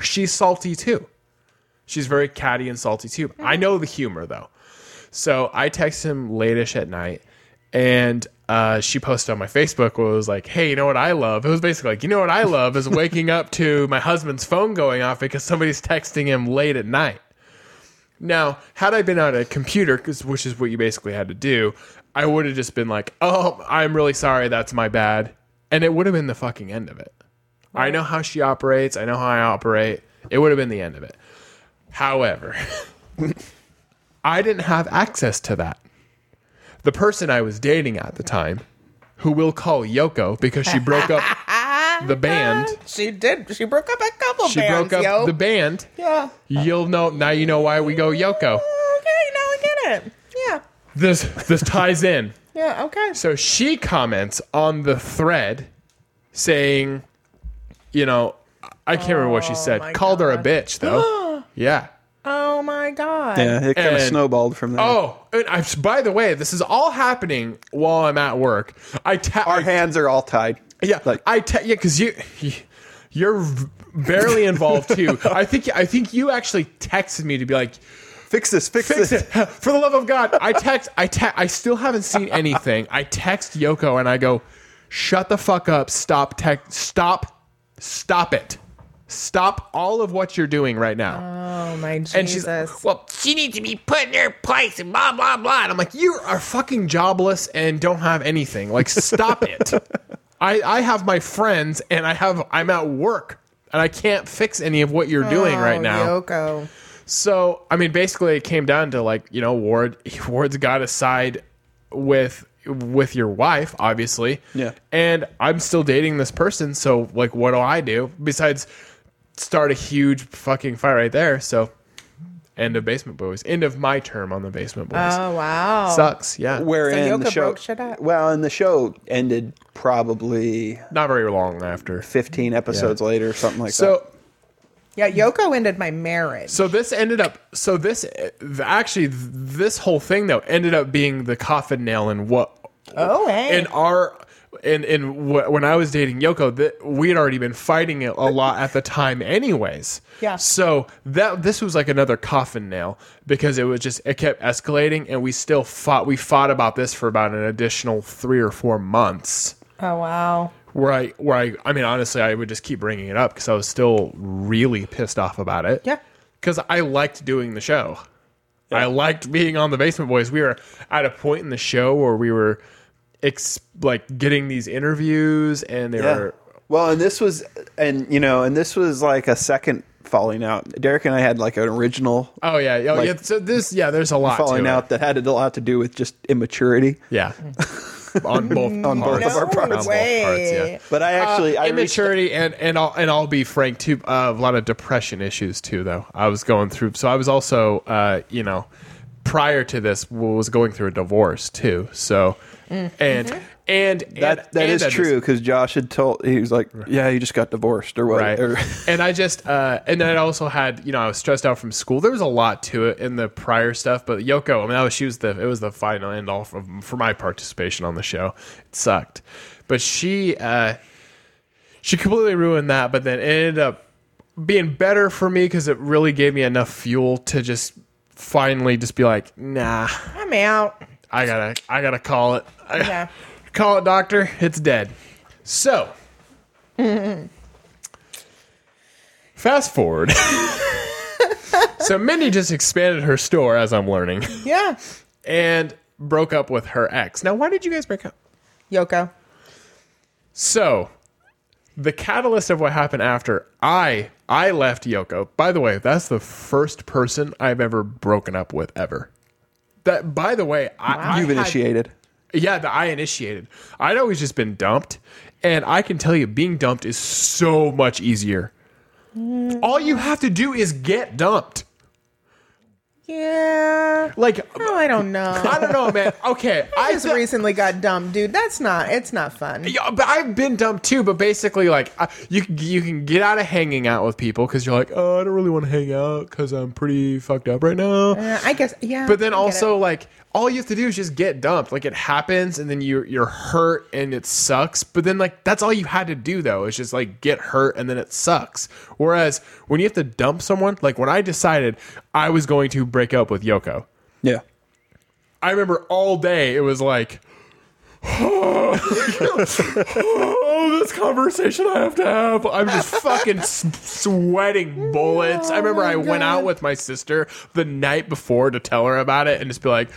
S1: she's salty too. She's very catty and salty too. I know the humor though. So I text him lateish at night, and uh, she posted on my Facebook what was like, "Hey, you know what I love?" It was basically like, "You know what I love is waking up to my husband's phone going off because somebody's texting him late at night." Now, had I been on a computer, 'cause- which is what you basically had to do, I would have just been like, "Oh, I'm really sorry, that's my bad," and it would have been the fucking end of it. I know how she operates. I know how I operate. It would have been the end of it. However, *laughs* I didn't have access to that. The person I was dating at the time, who we'll call Yoko because she broke
S3: *laughs*
S1: up the band,
S3: Ah, She did. She broke up a couple
S1: she
S3: bands.
S1: broke up
S3: yo.
S1: the band.
S3: yeah.
S1: You'll know now. You know why we go Yoko.
S3: Okay, now I get it. Yeah.
S1: This this ties in.
S3: Yeah. Okay.
S1: So she comments on the thread saying, you know, I can't remember what she
S3: my
S1: said. Called her a bitch though. yeah.
S3: Oh my god.
S2: yeah it kind of
S1: and-
S2: snowballed from there.
S1: Oh, and I, by the way, this is all happening while I'm at work. I ta-
S2: Our
S1: I-
S2: hands are all tied.
S1: Yeah,
S2: like
S1: I te- yeah, because you you're barely involved
S2: *laughs*
S1: too. I think I think you actually texted me to be like,
S2: fix this, fix,
S1: fix
S2: this.
S1: it *laughs* for the love of God. I text I te- I still haven't seen anything. I text Yoko and I go, shut the fuck up, stop tech, stop, stop it, stop all of what you're doing right now.
S3: Oh my Jesus.
S1: And she's well, she needs to be put in her place and blah blah blah. And I'm like, you are fucking jobless and don't have anything. Like,
S3: *laughs*
S1: stop it. I I have my friends and I have I'm at work and I can't fix any of what you're doing right now.
S3: Oh, Yoko.
S1: So, I mean, basically, it came down to like you know, Ward *laughs* Ward's got to side with with your wife, obviously.
S2: Yeah.
S1: And I'm still dating this person, so like, what do I do besides start a huge fucking fight right there? So, end of Basement Boys. End of my term on the Basement Boys.
S3: Oh wow.
S1: Sucks. Yeah.
S2: Wherein
S3: Yoko
S2: the show,
S3: broke shit up?
S2: well, and the show ended probably
S1: Not very long after.
S2: 15 episodes later, something like that.
S1: So
S3: yeah, Yoko ended my marriage.
S1: So this ended up. So this th- actually th- this whole thing though ended up being the coffin nail in what
S3: oh hey.
S1: in our in in wh- when I was dating Yoko that we had already been fighting it a lot at the time anyways.
S3: Yeah.
S1: So that this was like another coffin nail because it was just it kept escalating and we still fought. We fought about this for about an additional three or four months.
S3: oh wow.
S1: Where I, where I, I mean, honestly, I would just keep bringing it up because I was still really pissed off about it
S3: Yeah.
S1: because I liked doing the show. I liked being on the Basement Boys. We were at a point in the show where we were ex- like getting these interviews, and they
S2: Yeah.
S1: were
S2: Well, and this was, and you know, and this was like a second falling out. Derek and I had like an original
S1: oh yeah, oh,
S2: Like-
S1: yeah. So this yeah, there's a lot
S2: falling
S1: to it.
S2: out that had a lot to do with just immaturity. *laughs*
S1: Yeah, on both on
S2: both of our
S1: on
S2: parts.
S1: both
S3: way.
S1: parts, yeah.
S2: But I actually, I reached,
S1: immaturity Uh, and and I'll and I'll be frank too. Uh, a lot of depression issues too, though. I was going through, so I was also, uh, you know, prior to this, was going through a divorce too. So, and, and
S2: Mm. Mm-hmm. that that is
S1: true.
S2: true because Josh had told he was like, yeah, you just got divorced or what?
S1: right
S2: or- *laughs*
S1: and i just uh and then i also had you know i was stressed out from school there was a lot to it in the prior stuff but yoko i mean that was she was the it was the final end all for, for my participation on the show it sucked but she uh she completely ruined that but then it ended up being better for me because it really gave me enough fuel to just finally just be like nah
S3: I'm out.
S1: i gotta i gotta call it I-
S3: Yeah.
S1: call it doctor it's dead so fast forward *laughs* so mindy just expanded her store as i'm learning
S3: Yeah.
S1: and broke up with her ex now why did you guys break up
S3: Yoko.
S1: so the catalyst of what happened after i i left yoko by the way that's the first person i've ever broken up with ever that by the way *laughs* I,
S2: You've
S1: I had-
S2: initiated.
S1: yeah, that I initiated. I'd always just been dumped, and I can tell you, being dumped is so much easier. All you have to do is get dumped.
S3: Yeah.
S1: Like
S3: Oh, I don't know.
S1: *laughs* I don't know, man. Okay, I
S3: I just
S1: th-
S3: recently got dumped, dude. That's not. It's not fun.
S1: Yeah, but I've been dumped too. But basically, like I, you, can- you can get out of hanging out with people because you're like, oh, I don't really want to hang out because I'm pretty fucked up right now.
S3: Uh, I guess. Yeah.
S1: But then
S3: I get it.
S1: also like all you have to do is just get dumped. Like it happens and then you you're hurt and it sucks. But then like that's all you had to do though, is just like get hurt and then it sucks. Whereas when you have to dump someone, like when I decided I was going to break up with Yoko,
S2: Yeah.
S1: I remember all day it was like oh, this conversation I have to have. I'm just fucking s- sweating bullets. I remember
S3: Oh my
S1: I went out
S3: God.
S1: with my sister the night before to tell her about it and just be like,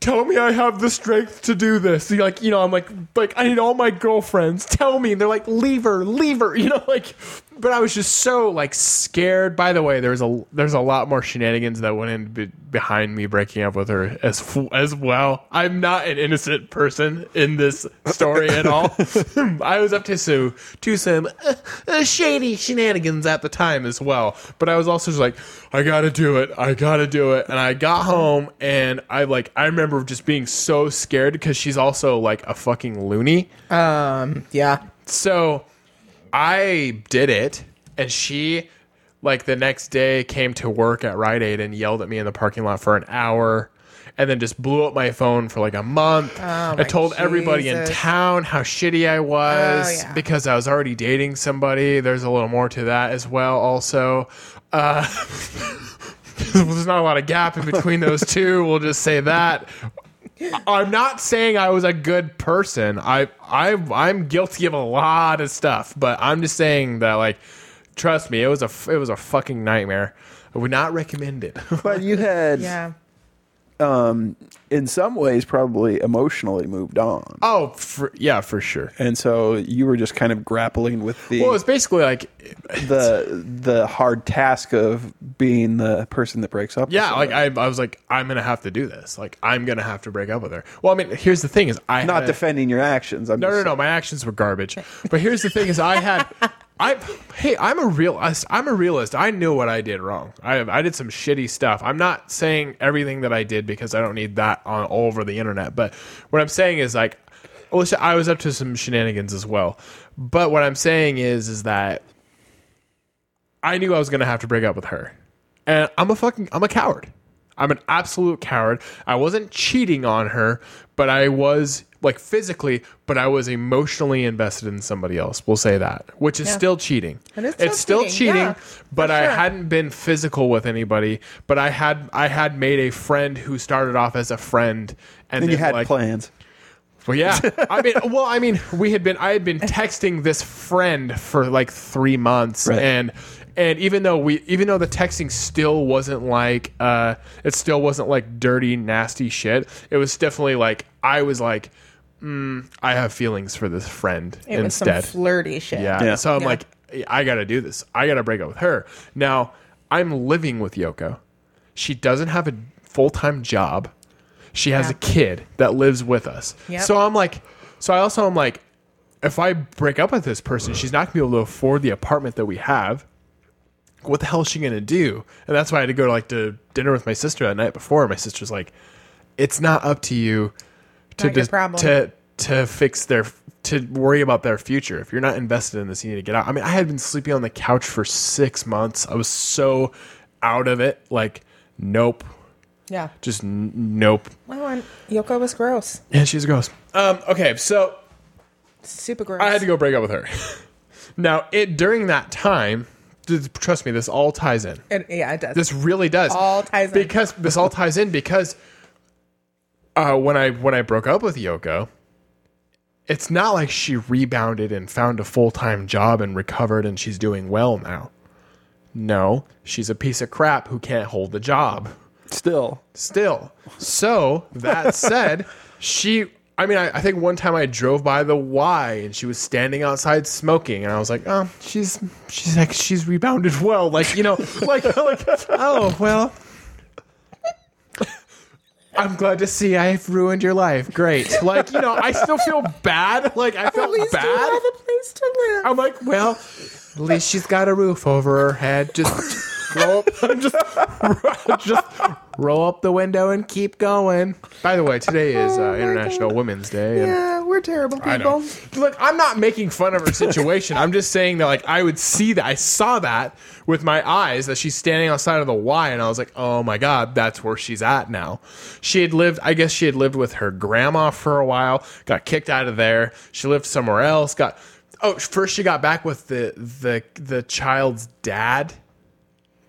S1: tell me I have the strength to do this. You're like, you know, I'm like, like I need all my girlfriends. Tell me. And they're like, leave her, leave her. *laughs* You know, like, but I was just so like scared. By the way, there's a there's a lot more shenanigans that went in be- behind me breaking up with her as f- as well. I'm not an innocent person in this story at all. I was up to so to some uh, uh, shady shenanigans at the time as well. But I was also just like, I gotta do it. I gotta do it. And I got home and I like I remember just being so scared because she's also like a fucking loony.
S3: Yeah.
S1: So I did it and she like the next day came to work at Rite Aid and yelled at me in the parking lot for an hour. And then just blew up my phone for like a month. I told everybody in
S3: Jesus.
S1: town how shitty I was
S3: yeah.
S1: because I was already dating somebody. There's a little more to that as well. Also, uh, *laughs* there's not a lot of gap in between those two. We'll just say that. I- I'm not saying I was a good person. I I I'm guilty of a lot of stuff, but I'm just saying that like, trust me, it was a f- it was a fucking nightmare. I would not recommend it. *laughs*
S2: But you had,
S3: *laughs* Yeah.
S2: in some ways, probably emotionally moved on.
S1: oh, for, yeah, for sure.
S2: And so you were just kind of grappling with the
S1: Well, it's basically like
S2: the the hard task of being the person that breaks up. with
S1: Yeah, like
S2: somebody.
S1: I, I was like, I'm gonna have to do this. Like, I'm gonna have to break up with her. Well, I mean, here's the thing: is I
S2: not
S1: had-
S2: defending your actions. I'm
S1: No, no,
S2: just,
S1: no. My actions were garbage. But here's the thing: is I had, *laughs* I, hey, I'm a realist. I'm a realist. I knew what I did wrong. I, I did some shitty stuff. I'm not saying everything that I did because I don't need that on all over the internet. But what I'm saying is like, well, so I was up to some shenanigans as well. But what I'm saying is, is that I knew I was gonna have to break up with her, and I'm a fucking, I'm a coward. I'm an absolute coward. I wasn't cheating on her, but I was like physically, but I was emotionally invested in somebody else. We'll say that, which is still cheating.
S3: It is still
S1: it's still
S3: cheating,
S1: cheating,
S3: yeah,
S1: but
S3: for
S1: I
S3: sure.
S1: hadn't been physical with anybody. But I had I had made a friend who started off as a friend, and
S2: And you
S1: then,
S2: had
S1: like,
S2: plans.
S1: well, yeah. *laughs* I mean, well, I mean, we had been, I had been texting this friend for like three months,
S2: Right.
S1: and and even though we, even though the texting still wasn't like, uh, it still wasn't like dirty, nasty shit. It was definitely like I was like, mm, I have feelings for this friend
S3: It was some
S1: instead.
S3: flirty shit.
S1: Yeah.
S2: Yeah.
S1: So I'm
S3: Yeah.
S1: like, I got to do this. I got to break up with her. Now, I'm living with Yoko. She doesn't have a full time job. She has
S3: Yeah.
S1: a kid that lives with us.
S3: Yep.
S1: So I'm like, so I also am like, if I break up with this person, she's not going to be able to afford the apartment that we have. What the hell is she going to do? And that's why I had to go to like to dinner with my sister that night before. My sister's like, it's not up to you to
S3: Not your
S1: dis-
S3: problem.
S1: to to fix their to worry about their future. If you're not invested in this, you need to get out. I mean, I had been sleeping on the couch for six months. I was so out of it. Like, nope,
S3: Yeah.
S1: just n- nope.
S3: Well, and Yoko was gross.
S1: Yeah, she's gross. Um, okay, so
S3: Super gross.
S1: I had to go break up with her. *laughs* now, it during that time, th- trust me, this all ties in.
S3: It, yeah, it does.
S1: This really does.
S3: All ties in.
S1: because this all ties in because uh, when I when I broke up with Yoko, it's not like she rebounded and found a full time job and recovered and she's doing well now. No, she's a piece of crap who can't hold the job
S2: Still,
S1: still. So
S3: *laughs*
S1: that said, she. I mean, I, I think one time I drove by the Y and she was standing outside smoking, and I was like, "Oh, she's she's like she's rebounded well, like you know, *laughs* like like oh well." I'm glad to see I've ruined your life. Great, like you know, I still feel bad. Like I felt
S3: At least
S1: bad.
S3: you have a place to
S1: *laughs*
S3: live.
S1: I'm like, well, at least she's got a roof over her head. Just roll up, *laughs* just, just roll up the window and keep going. By the way, today is uh,
S3: my
S1: International Women's Day. and-
S3: yeah, we're terrible
S1: I know.
S3: people.
S1: Look, I'm not making fun *laughs* of her situation. I'm just saying that, like, I would see that. I saw that with my eyes that she's standing outside of the Y, and I was like, oh my God, that's where she's at now. She had lived, I guess she had lived with her grandma for a while, got kicked out of there. She lived somewhere else, got, oh, first she got back with the, the, the child's dad.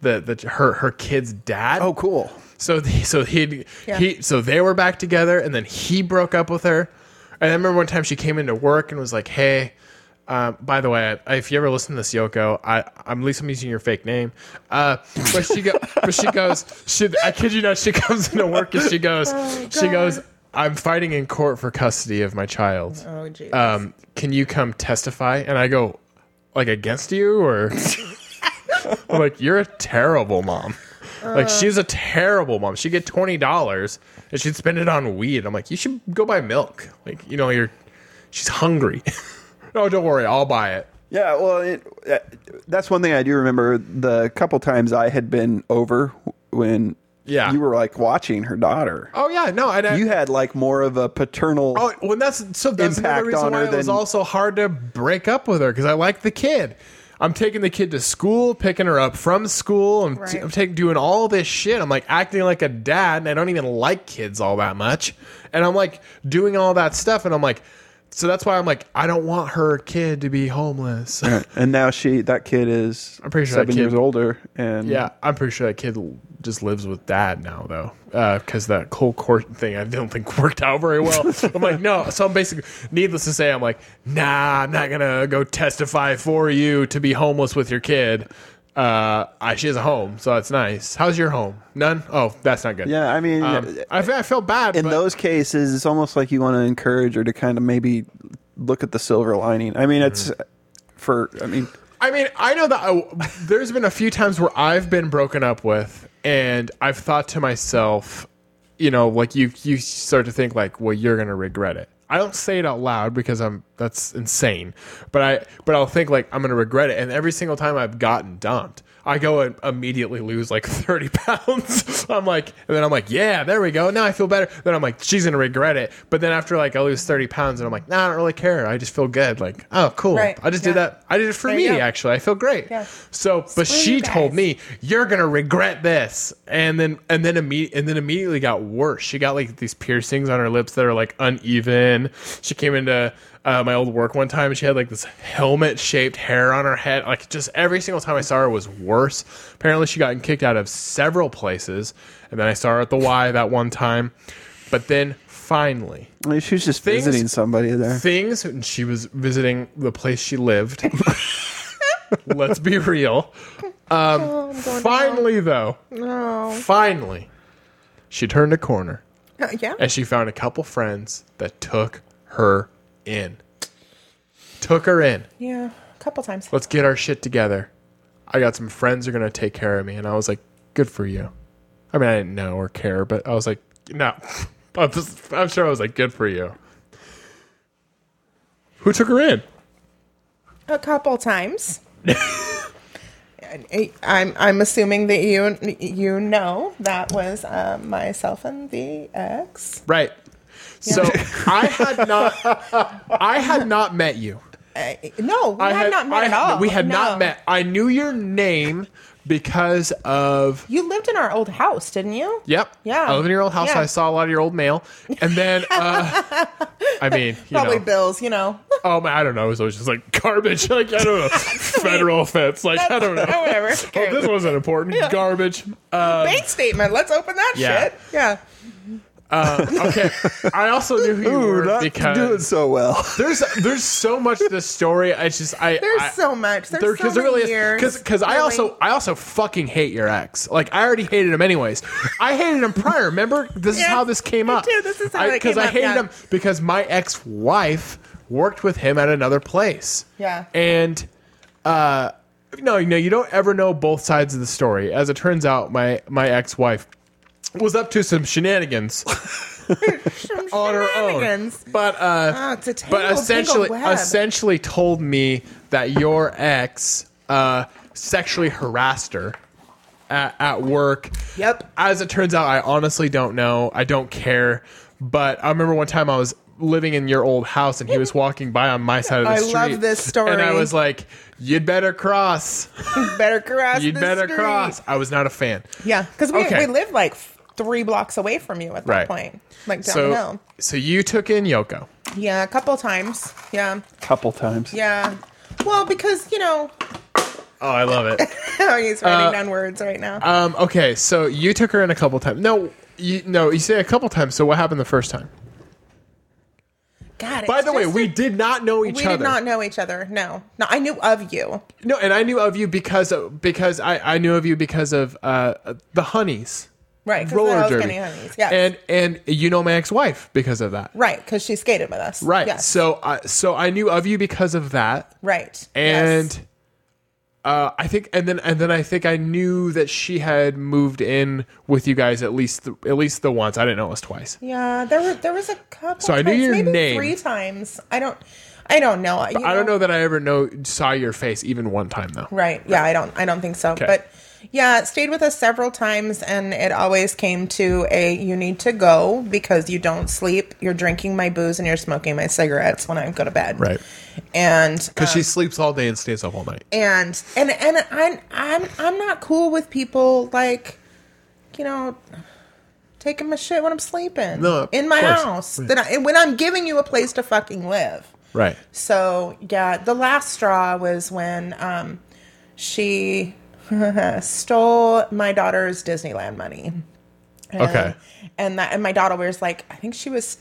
S1: The, the her her kid's dad
S2: oh, cool.
S1: so the, so he
S3: Yeah.
S1: he so they were back together, and then he broke up with her. And I remember one time she came into work and was like, "Hey, uh, by the way, I, if you ever listen to this, Yoko, I I'm at least I'm using your fake name." Uh, but she go, *laughs* but she goes, she I kid you not, she *laughs* comes into work and she goes,
S3: Oh
S1: she goes, "I'm fighting in court for custody of my child.
S3: Oh, jeez.
S1: Um, can you come testify?" And I go, "Like against you or?" I'm like, you're a terrible mom. Like she's a terrible mom. She'd get twenty dollars and she'd spend it on weed. I'm like, you should go buy milk. Like you know, you're she's hungry. *laughs* no, don't worry, I'll buy it.
S2: Yeah, well, it, uh, that's one thing I do remember. The couple times I had been over when
S1: Yeah.
S2: you were like watching her daughter,
S1: Oh yeah, no, and I,
S2: you had like more of a paternal.
S1: oh, when that's so that's another
S2: Impact
S1: reason
S2: on
S1: why
S2: her
S1: it was
S2: than-
S1: also hard to break up with her because I like the kid. I'm taking the kid to school, picking her up from school. I'm,
S3: Right.
S1: I'm taking doing all this shit. I'm like acting like a dad, and I don't even like kids all that much. And I'm like doing all that stuff, and I'm like, so that's why I'm like, I don't want her kid to be homeless. *laughs*
S2: And now she, that kid is
S1: I'm pretty sure that
S2: seven
S1: kid-
S2: years older, and
S1: yeah, I'm pretty sure that kid l- just lives with dad now, though, because that whole court thing I don't think *laughs* worked out very well. I'm like, no. So I'm basically, needless to say, I'm like, nah, I'm not gonna go testify for you to be homeless with your kid. Uh, I, she has a home, so that's nice. How's your home? None. Oh, that's not good.
S2: yeah. I mean,
S1: Um, I, fe- I felt bad.
S2: in
S1: but-
S2: those cases, it's almost like you want to
S1: Mm-hmm.
S2: encourage her to kind of maybe look at the silver lining. I mean, it's for. I mean,
S1: I mean, I know that I, there's been a few times where I've been broken up with, and I've thought to myself, you know, like you you start to think like, well, you're gonna regret it. I don't say it out loud because I'm that's insane, but I but I'll think like I'm gonna regret it, and every single time I've gotten dumped, I go and immediately lose like *laughs* 30 pounds. I'm like, and then I'm like, yeah, there we go. Now I feel better. Then I'm like, she's gonna regret it. But then after like I lose 30 pounds, and I'm like, nah, I don't really care. I just feel good. Like, oh, cool.
S3: Right,
S1: I just
S3: yeah.
S1: did that. I did it for
S3: There
S1: me
S3: you go.
S1: actually. I feel great.
S3: Yeah.
S1: So, but
S3: Screw
S1: she
S3: you
S1: told
S3: guys.
S1: me you're gonna regret this, and then and then imme- and then immediately got worse. She got like these piercings on her lips that are like uneven. She came into uh, my old work one time and she had like this helmet shaped hair on her head. Like just every single time I saw her was worse. Apparently, she gotten kicked out of several places, and then I saw her at the Y that one time. But then finally,
S2: Maybe she was just
S1: Things-
S2: visiting somebody there.
S1: things and she was visiting the place she lived let's be real Um,
S3: Oh, I'm going
S1: finally though
S3: No.
S1: finally she turned a corner
S3: Uh, Yeah.
S1: and she found a couple friends that took her in took her in
S3: Yeah. A couple times.
S1: let's get our shit together i got some friends who are gonna take care of me and i was like good for you i mean i didn't know or care but i was like no *laughs* I'm, just, I'm sure i was like good for you who took her in
S3: A couple times. *laughs* I- I'm I'm assuming that you you know that was uh, myself and the ex.
S1: Right. So *laughs* I had not I had not met you.
S3: Uh, no, we
S1: I
S3: had, not met
S1: I
S3: at all.
S1: We had
S3: No.
S1: not met. I knew your name because of
S3: You lived in our old house, didn't you?
S1: Yep.
S3: Yeah.
S1: I live in your old house.
S3: Yeah.
S1: I saw a lot of your old mail. And then uh,
S3: *laughs*
S1: I mean, you
S3: Probably
S1: know,
S3: bills, you know.
S1: oh man, I don't know. It was always just like *laughs* garbage. Like I don't know. Federal offense. Like *laughs* I don't know.
S3: Or *laughs* whatever.
S1: Oh, this wasn't important. Garbage. Uh,
S3: Bank statement. Let's open that
S1: Yeah.
S3: shit. Yeah.
S1: okay. I also knew who you
S2: Ooh,
S1: were
S2: not
S1: because
S2: doing so *laughs* well.
S1: there's there's so much to this story. I just I
S3: There's
S1: I-
S3: so much. There's
S1: there
S3: so
S1: because
S3: many
S1: it really
S3: years.
S1: is because I
S3: Really?
S1: also I also fucking hate your ex. Like I already hated him anyways. I hated him prior. Remember this is
S3: Yeah,
S1: how this came
S3: me
S1: up.
S3: too. This is how
S1: I,
S3: it came
S1: I
S3: up,
S1: hated
S3: yeah.
S1: him because my ex wife worked with him at another place.
S3: Yeah.
S1: and uh, no, no, you don't ever know both sides of the story. As it turns out, my my ex wife was up to some shenanigans
S3: Some
S1: on her own.
S3: shenanigans.
S1: But uh,
S3: Ah, it's a tangled,
S1: but essentially
S3: tangled web.
S1: essentially told me that your ex uh, sexually harassed her at, at work.
S3: Yep.
S1: As it turns out, I honestly don't know. I don't care. But I remember one time I was living in your old house and he was walking by on my side of the
S3: I
S1: street.
S3: love this
S1: And I
S3: story.
S1: was like, "You'd better cross.
S3: better cross.
S1: You'd
S3: the
S1: better
S3: street.
S1: cross." I was not a fan.
S3: Yeah, because we
S1: Okay.
S3: we live like f- three blocks away from you at that
S1: Right.
S3: point, like down the
S1: So
S3: hill.
S1: so you took in Yoko.
S3: Yeah, a couple times. Yeah,
S2: couple times.
S3: yeah. Well, because you know *laughs*
S1: Oh, I love it. Uh,
S3: he's writing down words right now.
S1: Um, okay, so you took her in a couple times. No, you, no, you say a couple times. So what happened the first time?
S3: God.
S1: By
S3: it's
S1: the way,
S3: just
S1: we
S3: a-
S1: did not know each
S3: we
S1: other.
S3: did not know each other. No, no, I knew of you.
S1: No, and I knew of you because because I, I knew of you because of uh, the honeys.
S3: Right, 'cause I
S1: Roller
S3: was
S1: derby.
S3: getting honeys. Yes.
S1: And and you know my ex-wife because of that.
S3: Right, because she skated with us.
S1: Right.
S3: Yes.
S1: So I so I knew of you because of that.
S3: right.
S1: And
S3: yes.
S1: uh, I think and then and then I think I knew that she had moved in with you guys at least th- at least the once. I didn't know it was twice.
S3: yeah, there were there was a couple.
S1: So I knew
S3: times,
S1: your
S3: maybe
S1: name.
S3: three times. I don't. I don't know. You
S1: I don't know that I ever know saw your face even one time though.
S3: Right. Yeah, I don't I don't think so. But yeah, it stayed with us several times and it always came to a you need to go because you don't sleep, you're drinking my booze and you're smoking my cigarettes when I go to bed.
S1: Right.
S3: And
S1: Because she sleeps all day and stays up all night.
S3: and and and I'm I'm I'm not cool with people like you know taking my shit when I'm sleeping
S1: No, of
S3: in my
S1: course.
S3: house that I, when I'm giving you a place to fucking live.
S1: Right.
S3: So yeah, the last straw was when um, she *laughs* stole my daughter's Disneyland money. And,
S1: Okay.
S3: And that and my daughter was like, I think she was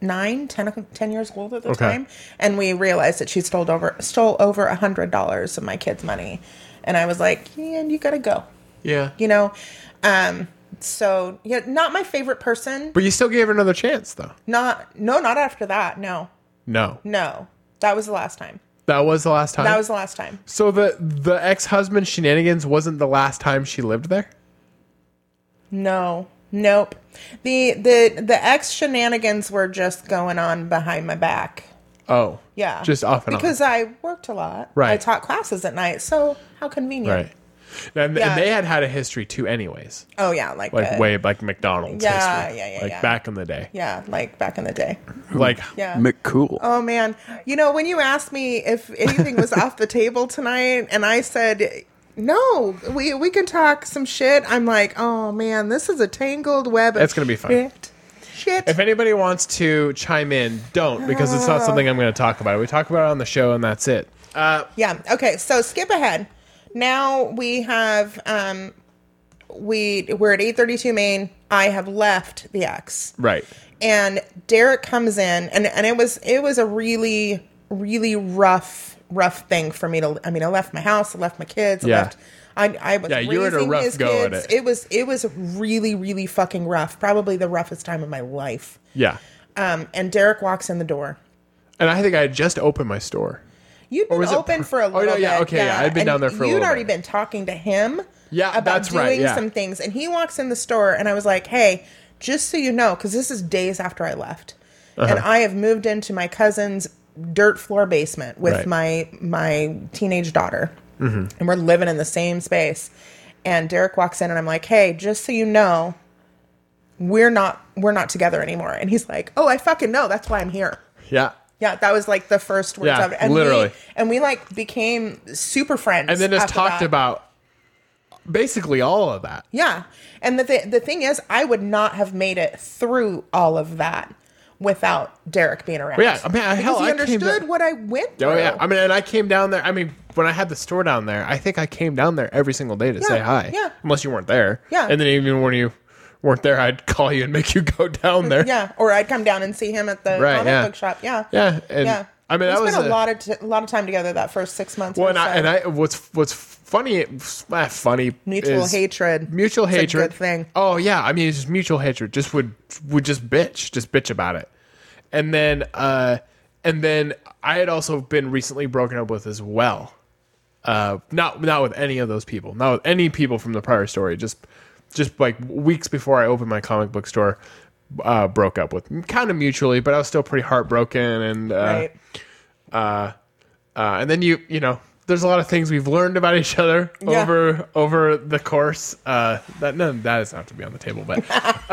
S3: nine, ten, o- 10 years old at the
S1: Okay.
S3: time, and we realized that she stole over stole over a hundred dollars of my kids' money, and I was like, yeah, you gotta go,
S1: Yeah.
S3: you know. Um, so yeah, not my favorite person.
S1: But you still gave her another chance though.
S3: Not no, not after that. No,
S1: No.
S3: no, that was the last time.
S1: That was the last time.
S3: That was the last time.
S1: so the the ex husband shenanigans wasn't the last time she lived there.
S3: No. Nope. The the the ex shenanigans were just going on behind my back.
S1: Oh,
S3: Yeah.
S1: just off and
S3: Because
S1: on,
S3: I worked a lot. I
S1: Right.
S3: taught classes at night, so how
S1: right?
S3: convenient.
S1: And,
S3: Yeah.
S1: and they had had a history too, anyways.
S3: Oh yeah, like
S1: Like
S3: the-
S1: way like McDonald's.
S3: Yeah,
S1: history.
S3: yeah, yeah,
S1: Like
S3: yeah.
S1: back in the day.
S3: Yeah, like back in the day.
S1: Like
S3: Yeah.
S2: McCool.
S3: Oh man, you know when you asked me if
S1: *laughs*
S3: anything was off the table tonight, and I said no, we we can talk some shit. I'm like, oh man, this is a tangled web. of
S1: It's gonna be fun.
S3: Shit. Shit.
S1: If anybody wants to chime in, don't because it's not something I'm going to talk about. We talk about it on the show, and that's it.
S3: yeah. Okay. So skip ahead. Now we have um, we we're at eight thirty two Maine. I have left the X.
S1: Right.
S3: and Derek comes in and and it was it was a really really rough rough thing for me to I mean I left my house I left my kids I
S1: Yeah.
S3: left I I was
S1: Yeah, you
S3: raising
S1: had a rough
S3: his
S1: go at
S3: kids
S1: it.
S3: it was it was really really fucking rough probably the roughest time of my life
S1: Yeah.
S3: um and Derek walks in the door
S1: And I think I had just opened my store.
S3: You'd been
S1: was it
S3: open
S1: pr-
S3: for a
S1: oh,
S3: little
S1: no, yeah,
S3: bit.
S1: okay, yeah, I'd been
S3: and
S1: down there for a
S3: You'd
S1: little
S3: already
S1: bit.
S3: been talking to him.
S1: Yeah,
S3: about
S1: that's
S3: doing
S1: right, yeah.
S3: some things, and he walks in the store, and I was like, "Hey, just so you know, because this is days after I left, and
S1: Uh-huh.
S3: I have moved into my cousin's dirt floor basement with
S1: Right. Mm-hmm.
S3: my my teenage daughter, and we're living in the same space." And Derek walks in, and I'm like, "Hey, just so you know." We're not we're not together anymore. And he's like, Oh, I fucking know, that's why I'm here.
S1: Yeah.
S3: Yeah, that was like the first words
S1: Yeah,
S3: of it. And
S1: literally.
S3: We, and we like became super friends.
S1: And then just
S3: after
S1: talked
S3: that.
S1: about basically all of that.
S3: Yeah. And the, th- the thing is, I would not have made it through all of that without Derek being around.
S1: Yeah, I mean,
S3: because
S1: hell,
S3: he
S1: I came
S3: understood
S1: to-
S3: what I went through.
S1: Oh yeah. I mean, and I came down there. I mean, when I had the store down there, I think I came down there every single day to say hi.
S3: yeah.
S1: Unless you weren't there.
S3: Yeah.
S1: And then even when you weren't there, I'd call you and make you go down there.
S3: *laughs* yeah. Or I'd come down and see him at the
S1: Right,
S3: comic
S1: yeah.
S3: book shop. Yeah.
S1: Yeah. And
S3: Yeah.
S1: I mean,
S3: we
S1: that was
S3: spent a, lot of t- a lot of time together that first six months.
S1: Well,
S3: or
S1: and I,
S3: so.
S1: and I what's what's funny uh, funny
S3: mutual
S1: is
S3: hatred.
S1: mutual
S3: It's a
S1: hatred
S3: good thing.
S1: Oh yeah, I mean it's just mutual hatred. Just would would just bitch, just bitch about it, and then uh and then I had also been recently broken up with as well. Uh, not not with any of those people, not with any people from the prior story. Just just like weeks before I opened my comic book store, uh, broke up with kind of mutually, but I was still pretty heartbroken and uh,
S3: Right.
S1: uh, and then you you know there's a lot of things we've learned about each other
S3: Yeah.
S1: over over the course uh that no that is not to be on the table
S3: *laughs*
S1: but uh,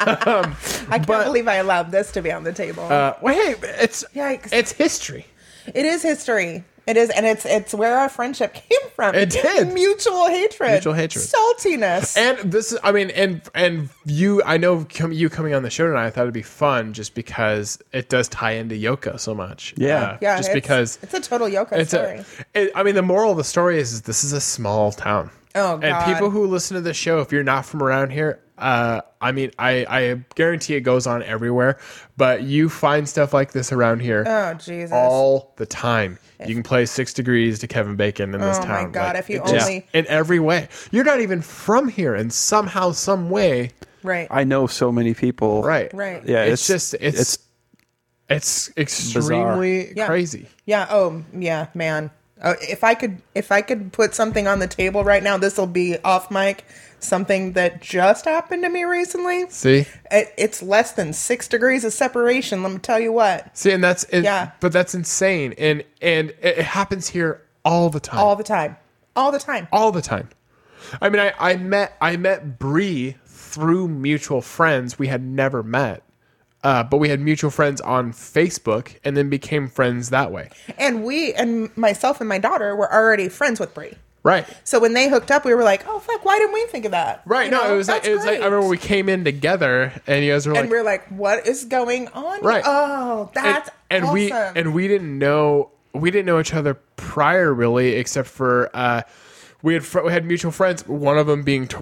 S3: I can't believe I allowed this to be on the table.
S1: uh well hey it's
S3: Yikes.
S1: it's history
S3: It is history. It is, and it's it's where our friendship *laughs* came from.
S1: It did.
S3: mutual hatred,
S1: Mutual hatred.
S3: saltiness.
S1: and this is i mean and and you i know com- you coming on the show tonight i thought it'd be fun just because it does tie into yoka so much Uh,
S2: Yeah.
S3: yeah,
S1: just
S3: it's-
S1: because
S3: it's a total yoka
S1: It's
S3: story.
S1: a, it, I mean, the moral of the story is, is this is a small town.
S3: Oh,
S1: And
S3: God.
S1: people who listen to this show, if you're not from around here, uh, I mean, I, I guarantee it goes on everywhere, but you find stuff like this around here
S3: oh Jesus! Oh
S1: all the time. You can play Six Degrees to Kevin Bacon in this
S3: Oh, my
S1: town.
S3: God, if you
S1: it just-
S3: only-
S1: in every way. You're not even from here, and somehow, some way,
S3: right,
S2: I know so many people.
S1: right?
S3: right.
S2: Yeah.
S1: It's,
S2: It's,
S1: just it's it's,
S2: it's
S1: extremely
S3: Yeah.
S1: crazy.
S3: yeah. Oh yeah, man. Oh, if I could, if I could put something on the table right now, this will be off mic. Something that just happened to me recently.
S1: See.
S3: It, it's less than six degrees of separation. Let me tell you what.
S1: See, and that's it,
S3: Yeah.
S1: but that's insane, and and it, it happens here all the time,
S3: All
S1: all,
S3: the time. All the time.
S1: the time. I mean, I, I met I met Bree through mutual friends we had never met, uh, but we had mutual friends on Facebook, and then became friends that way,
S3: And we and myself and my daughter were already friends with Brie.
S1: right?
S3: So when they hooked up, we were like, "Oh fuck, why didn't we think of that?"
S1: Right?
S3: You
S1: no,
S3: know?
S1: it was like
S3: That's
S1: it was like I
S3: great.
S1: remember we came in together, and you guys were
S3: and
S1: like,
S3: we are like, "What is going on?"
S1: Right.
S3: Oh, that's
S1: and, and
S3: awesome.
S1: we and we didn't know we didn't know each other prior really except for uh we had fr- we had mutual friends one of them being T-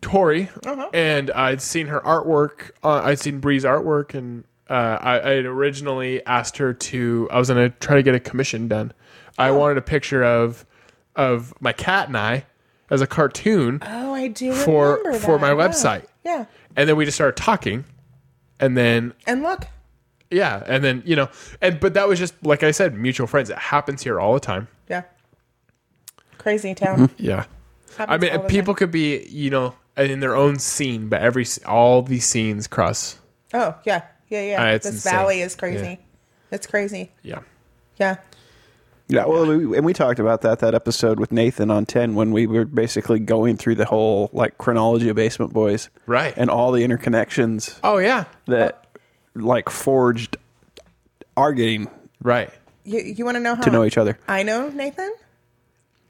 S1: tori
S3: Uh-huh.
S1: and i'd seen her artwork uh, i'd seen bree's artwork and uh i i had originally asked her to i was gonna try to get a commission done i
S3: Oh.
S1: wanted a picture of of my cat and i as a cartoon
S3: oh, I do
S1: for-
S3: remember
S1: for
S3: that.
S1: my
S3: Yeah.
S1: website.
S3: Yeah.
S1: and then we just started talking and then
S3: And look,
S1: yeah, and then you know, and but that was just like I said, mutual friends. It happens here all the time.
S3: Yeah. Crazy town.
S1: Yeah, I
S3: Happens
S1: mean,
S3: all the
S1: people could be you know in their own scene, but every s- all these scenes cross.
S3: time. Oh, yeah. Yeah, yeah.
S1: Uh, it's
S3: this
S1: insane.
S3: valley is crazy. It's crazy.
S1: Yeah,
S3: Yeah.
S2: Yeah, well, we, and we talked about that that episode with Nathan on ten when we were basically going through the whole like chronology of Basement Boys,
S1: Right.
S2: And all the interconnections
S1: Oh yeah,
S2: that like forged our getting
S1: right.
S3: You, you want to know how
S2: to know each other.
S3: I know Nathan?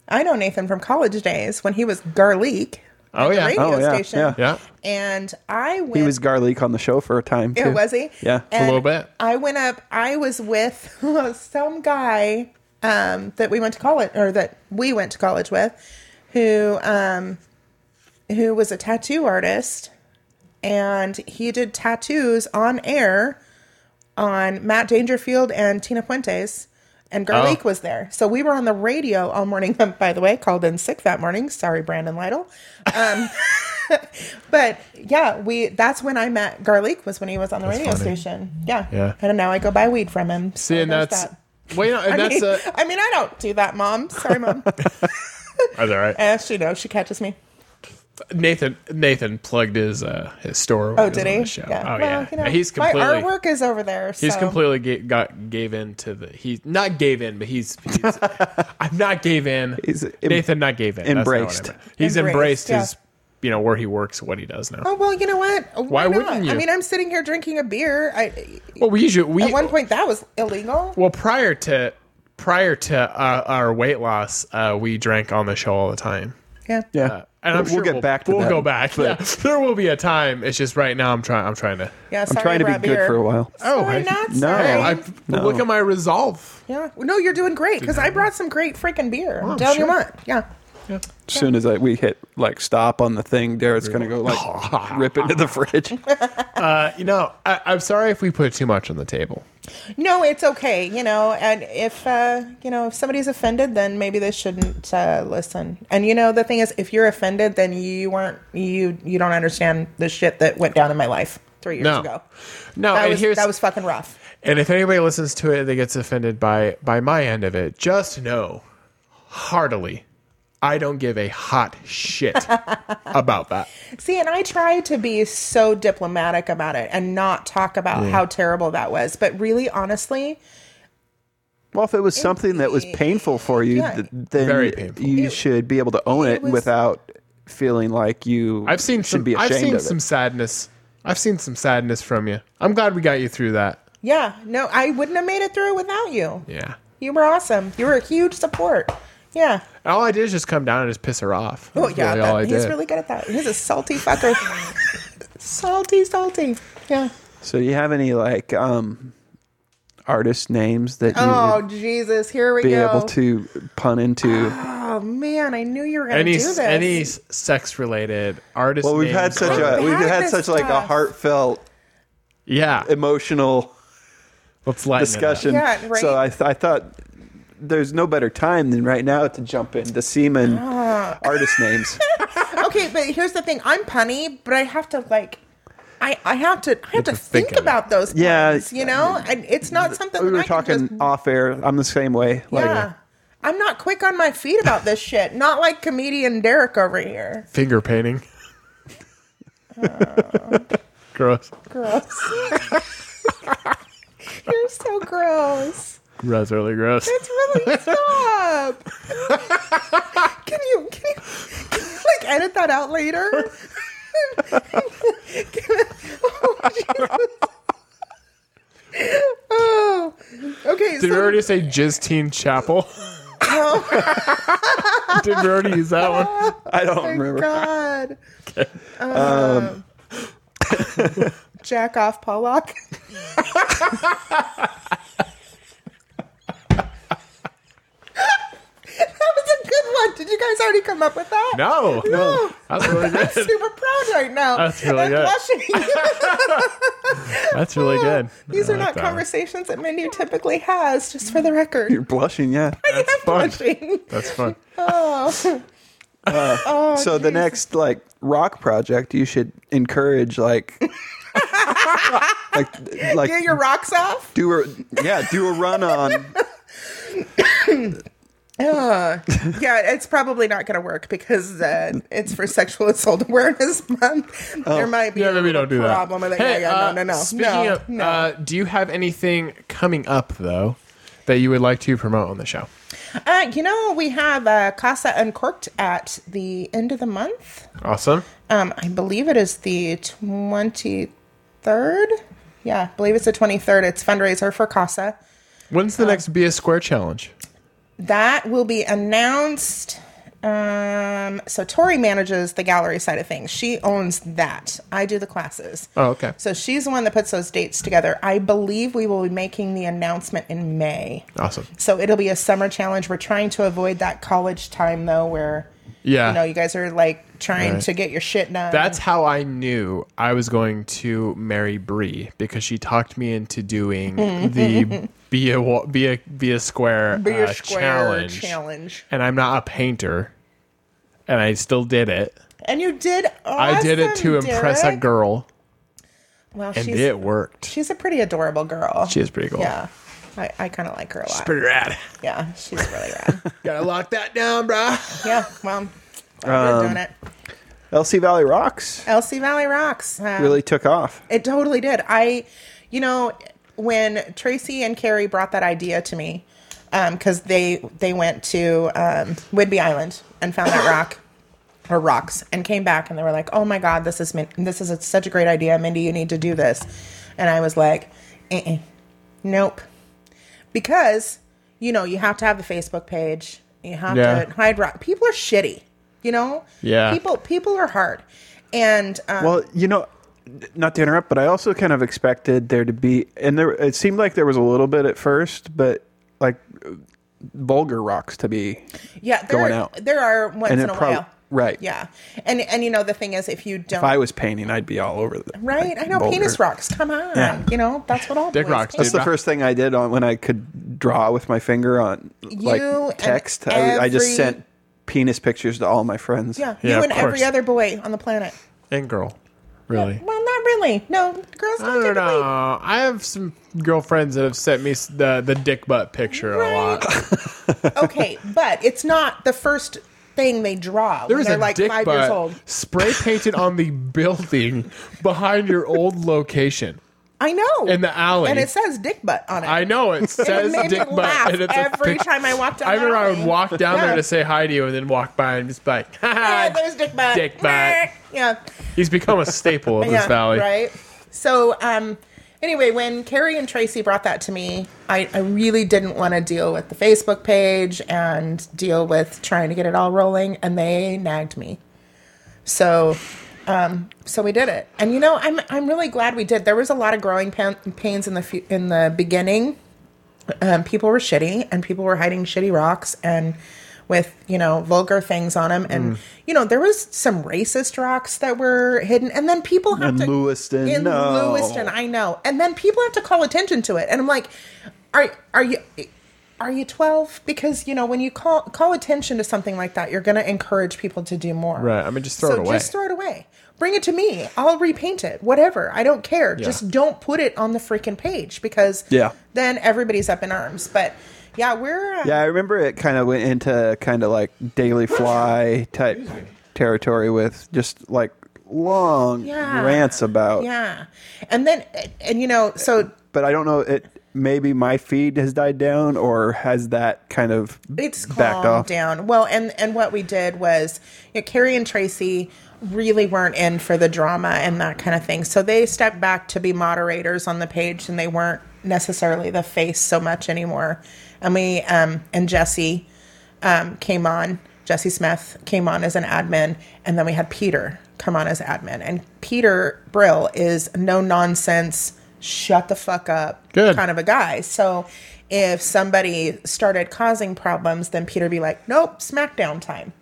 S3: I know Nathan from college days when he was garlic.
S1: Oh
S3: at the
S1: yeah,
S3: radio
S2: Oh, yeah,
S3: station.
S2: yeah.
S1: yeah.
S3: And I went.
S2: He was garlic on the show for a time.
S3: Yeah,
S2: too.
S3: was he?
S2: Yeah. A
S3: And
S1: little bit.
S3: I went up. I was with *laughs* some guy um, that we went to college, or that we went to college with, who um, who was a tattoo artist, and he did tattoos on air on Matt Dangerfield and Tina Puentes. And Garlic
S1: Oh.
S3: was there. So we were on the radio all morning, *laughs* by the way, called in sick that morning. Sorry, Brandon Lytle. But yeah, we that's when I met Garlic was when he was on the radio
S1: funny.
S3: station. Yeah.
S1: Yeah.
S3: And now I go buy weed from him.
S1: See, and that's well, you know, and
S3: *laughs* I
S1: that's
S3: mean,
S1: uh
S3: I mean, I don't do that, Mom.
S1: *laughs*
S3: Sorry, Mom.
S1: Are they all
S3: *laughs*
S1: right?
S3: Eh, she knows. She catches me.
S1: Nathan Nathan plugged his uh his store. when
S3: Oh,
S1: was
S3: did
S1: on
S3: he?
S1: the show. Oh yeah.
S3: you know,
S1: he's completely.
S3: My artwork is over there.
S1: He's
S3: so-
S1: completely ga- got gave in to the he not gave in, but he's, he's *laughs* I'm not gave in.
S2: He's em-
S1: Nathan not gave in. That's not what I
S2: embraced.
S1: meant. he's embraced,
S3: Embraced,
S1: his you know where he works, what he does now.
S3: Oh well, you know what?
S1: Why
S3: not?
S1: wouldn't you?
S3: I mean, I'm sitting here drinking a beer. I
S1: Well, we usually we
S3: at one point that was illegal.
S1: well prior to prior to uh, our weight loss, uh, we drank on the show all the time.
S3: Yeah.
S2: Yeah,
S1: Uh, and I'm
S2: we'll
S1: sure
S2: get back to
S1: we'll
S2: that,
S1: go back.
S2: but-
S1: Yeah, *laughs* there will be a time. It's just right now I'm trying I'm trying to.
S3: Yeah.
S2: I'm
S3: sorry
S2: trying to be
S3: about
S2: good
S3: beer.
S2: for a while.
S1: Oh,
S3: Sorry,
S1: I-
S3: not
S2: No,
S3: sorry.
S1: Hey, I,
S2: No.
S1: look at my resolve.
S3: yeah. No, you're doing great because I brought some great freaking beer. I'm
S1: I'm
S3: telling you
S1: Oh, sure.
S3: what. Yeah.
S2: As soon as I, we hit like stop on the thing, Derek's gonna
S1: *laughs*
S2: go like rip into the
S3: *laughs*
S2: fridge.
S1: Uh, you know, I, I'm sorry if we put too much on the table.
S3: No, it's okay, you know. And if uh, you know if somebody's offended, then maybe they shouldn't uh, listen. And you know the thing is, if you're offended, then you weren't you you don't understand the shit that went down in my life three years
S1: No,
S3: ago.
S1: no,
S3: That
S1: and
S3: was
S1: here's
S3: that was fucking rough.
S1: And if anybody listens to it that gets offended by by my end of it, just know heartily, I don't give a hot shit
S3: *laughs*
S1: about that.
S3: See, and I try to be so diplomatic about it and not talk about how terrible that was. But really, honestly,
S2: Well, if it was something that was painful for you,
S3: Yeah.
S2: th- then
S1: Very painful.
S2: you should be able to own it,
S3: was-
S2: without feeling like you.
S1: I've seen
S2: should
S1: some
S2: be ashamed
S1: I've seen
S2: of
S1: some
S2: it.
S1: sadness. I've seen some sadness from you. I'm glad we got you through that.
S3: yeah, no, I wouldn't have made it through without you.
S1: Yeah.
S3: You were awesome. You were a huge support. Yeah.
S1: And all I did is just come down and just piss her off.
S3: Oh
S1: That's
S3: yeah,
S1: really all
S3: that-
S1: I
S3: he's
S1: did.
S3: really good at that. He's a
S2: *laughs*
S3: salty fucker. salty, salty. Yeah.
S2: So, do you have any like um, artist names that you
S3: Oh
S2: would
S3: Jesus, here we
S2: be
S3: go.
S2: able to pun
S3: *gasps*
S2: into?
S3: oh man, I knew you were gonna
S1: any
S3: do this.
S1: any sex related artist.
S2: well, we've had
S1: names
S2: such
S1: or-
S2: a
S3: I've
S2: we've
S3: had
S2: had
S3: this
S2: such like a
S3: stuff.
S2: heartfelt,
S1: yeah.
S2: emotional
S1: Let's lighten
S2: discussion.
S1: It
S3: Yeah, right.
S2: So I, th- I thought there's no better time than right now to jump into semen
S3: Ah.
S2: artist names.
S3: *laughs* okay, but here's the thing. I'm punny, but I have to like, I I have to I have to
S1: to think
S3: think,
S1: of it.
S3: about those.
S2: Yeah,
S3: puns, you know, and it's not something
S2: we
S3: *laughs* that
S2: were
S3: I can
S2: talking
S3: just-
S2: off air. I'm the same way. Like,
S3: yeah. I'm not quick on my feet about this shit. Not like comedian Derek over here.
S1: up. Finger
S3: *laughs*
S1: painting. Gross.
S3: Gross. You're so gross.
S1: That's really gross. *laughs*
S3: It's really stop. can you can you can you, like edit that out later?
S1: *laughs*
S3: *laughs* oh, Jesus. *laughs* Oh. okay.
S1: Did
S3: so,
S1: we already say Jizz Teen Chapel? *laughs* Did we already use that one?
S2: I don't
S3: my
S2: remember.
S3: God. Um,
S1: Um.
S3: *laughs*
S1: *laughs*
S3: Jack off Pollock. *laughs* that was a good one. Did you guys already come up with that? Oh.
S1: No.
S3: No.
S1: That's really
S3: I'm
S1: good.
S3: super proud right now.
S1: That's really
S3: I'm
S1: good.
S3: blushing.
S1: That's really *laughs* good.
S3: These
S1: I
S3: are
S1: like
S3: not
S1: that one.
S3: conversations that Mindy typically has, just for the record.
S2: *laughs* You're blushing, yeah.
S3: *laughs*
S1: That's fun.
S3: Blushing.
S1: That's
S3: *laughs*
S1: fun.
S3: Oh.
S2: so the
S3: *laughs*
S2: next like rock project, you should encourage like like like
S3: Get your rocks off.
S2: do a yeah do a run on
S3: Yeah, it's probably not going to work because uh, it's for Sexual Assault Awareness *laughs* Month. There might be
S1: Yeah,
S3: a
S1: maybe
S3: little
S1: don't do that.
S3: problem with it.
S1: Hey,
S3: yeah, yeah,
S1: uh,
S3: no, no, no,
S1: Speaking
S3: no,
S1: of,
S3: no.
S1: Uh, do you have anything coming up though that you would like to promote on the show?
S3: Uh, you know, we have uh, Casa Uncorked at the end of the month.
S1: Awesome.
S3: Um, I believe it is the 23rd. Yeah, I believe it's the 23rd. It's fundraiser for Casa.
S1: When's
S3: Uh,
S1: the next Be a Square challenge?
S3: That will be announced. Um, so Tori manages the gallery side of things. She owns that. I do the classes.
S1: Oh, okay.
S3: So she's the one that puts those dates together. I believe we will be making the announcement in May.
S1: Awesome.
S3: So it'll be a summer challenge. We're trying to avoid that college time though, where
S1: Yeah.
S3: you know you guys are like trying
S1: Right.
S3: to get your shit done.
S1: That's how I knew I was going to marry Bree because she talked me into
S3: *laughs*
S1: doing the be a wa- be a be a square,
S3: Be your
S1: uh,
S3: square
S1: challenge.
S3: challenge.
S1: And I'm not a painter, and I still did it.
S3: and you did. Awesome,
S1: I did it to impress a
S3: Derek.
S1: girl,
S3: Well,
S1: and
S3: she's
S1: it worked.
S3: she's a pretty adorable girl.
S1: She is pretty cool.
S3: Yeah, I, I kind of like her a lot.
S1: pretty rad.
S3: yeah, she's
S1: *laughs*
S3: really rad.
S1: Gotta lock that down, bro.
S3: yeah, well, I'm doing it.
S2: LC Valley Rocks
S3: LC Valley rocks. Um,
S2: really took off.
S3: It totally did. I, you know, when Tracy and Carrie brought that idea to me, because they they went to um, Whidbey Island and found that rock *coughs* or rocks and came back and they were like, "Oh my God, this is min- this is such a great idea, Mindy. You need to do this." And I was like, uh-uh, "Nope," because you know you have to have the Facebook page. You have
S1: Yeah.
S3: to hide rock. People are shitty. You know.
S1: Yeah.
S3: People people are hard. And um,
S2: Well, you know, not to interrupt, but I also kind of expected there to be, and there it seemed like there was a little bit at first, but like vulgar rocks to be,
S3: Yeah, there
S2: going
S3: are,
S2: out.
S3: There are once
S2: And it
S3: in a
S2: prob-
S3: while.
S2: right.
S3: Yeah, and and you know the thing is, if you don't,
S2: If I was painting, I'd be all over the
S3: right? I know
S2: vulgar.
S3: penis rocks. Come on,
S2: Yeah.
S3: you know that's what all
S1: Dick
S3: boys
S1: rocks,
S3: do.
S1: dude.
S2: That's the first thing I did on when I could draw with my finger on
S3: You and
S2: like text. I, I just
S3: every-
S2: sent penis pictures to all my friends.
S3: Yeah,
S1: Yeah,
S3: you
S1: of
S3: and every
S1: course.
S3: other boy on the planet.
S1: And girl, really.
S3: Well, not really. No, girls
S1: I
S3: don't
S1: don't
S3: typically.
S1: know. I have some girlfriends that have sent me s- the the dick butt picture a lot.
S3: *laughs* Okay, but it's not the first thing they draw
S1: There
S3: when
S1: is
S3: they're
S1: a
S3: like
S1: dick
S3: five
S1: butt
S3: years old.
S1: spray painted on
S3: *laughs*
S1: the building behind your old location
S3: I know
S1: in the alley.
S3: and it says dick butt on it.
S1: I know it
S3: it
S1: says
S3: made
S1: dick
S3: me
S1: butt,
S3: laugh
S1: and it's a
S3: every
S1: pic-
S3: time I walked down
S1: I remember
S3: that
S1: I would
S3: alley.
S1: walk down
S3: Yeah.
S1: there to say hi to you, and then walk by and just be like, *laughs*
S3: Yeah,
S1: "Ha
S3: there's dick butt.
S1: Dick butt.
S3: Yeah.
S1: He's become a
S3: *laughs*
S1: staple of this valley.
S3: Right. So, um, anyway, when Carrie and Tracy brought that to me, I, I really didn't want to deal with the Facebook page and deal with trying to get it all rolling, and they nagged me. So, um, so we did it, and you know, I'm I'm really glad we did. There was a lot of growing pain, pains in the fu- in the beginning. Um, people were shitty, and people were hiding shitty rocks, and with you know vulgar things on them,
S2: Mm.
S3: and you know there was some racist rocks that were hidden, and then people have
S2: In
S3: to
S2: Lewiston,
S3: in
S2: no.
S3: Lewiston, I know, and then people have to call attention to it, and I'm like, are are you? Are you 12? Because you know when you call call attention to something like that, you're going to encourage people to do more
S1: Right. I mean, just throw
S3: so
S1: it away.
S3: just throw it away. Bring it to me. I'll repaint it. Whatever. I don't care. Just don't put it on the freaking page because
S2: Yeah.
S3: then everybody's up in arms. But yeah, we're uh,
S2: Yeah, I remember it kind of went into kind of like Daily Fly type territory with just like long
S3: Yeah.
S2: rants about.
S3: yeah. And then and you know so
S2: But I don't know it. Maybe my feed has died down, or has that kind of
S3: it's
S2: backed
S3: calmed
S2: off?
S3: down. Well, and and what we did was you know, Carrie and Tracy really weren't in for the drama and that kind of thing. So they stepped back to be moderators on the page, and they weren't necessarily the face so much anymore. And we um, and Jesse um, came on. Jesse Smith came on as an admin, and then we had Peter come on as admin. And Peter Brill is no nonsense, shut the fuck up
S1: Good.
S3: kind of a guy. So if somebody started causing problems, then Peter be like, nope, SmackDown time.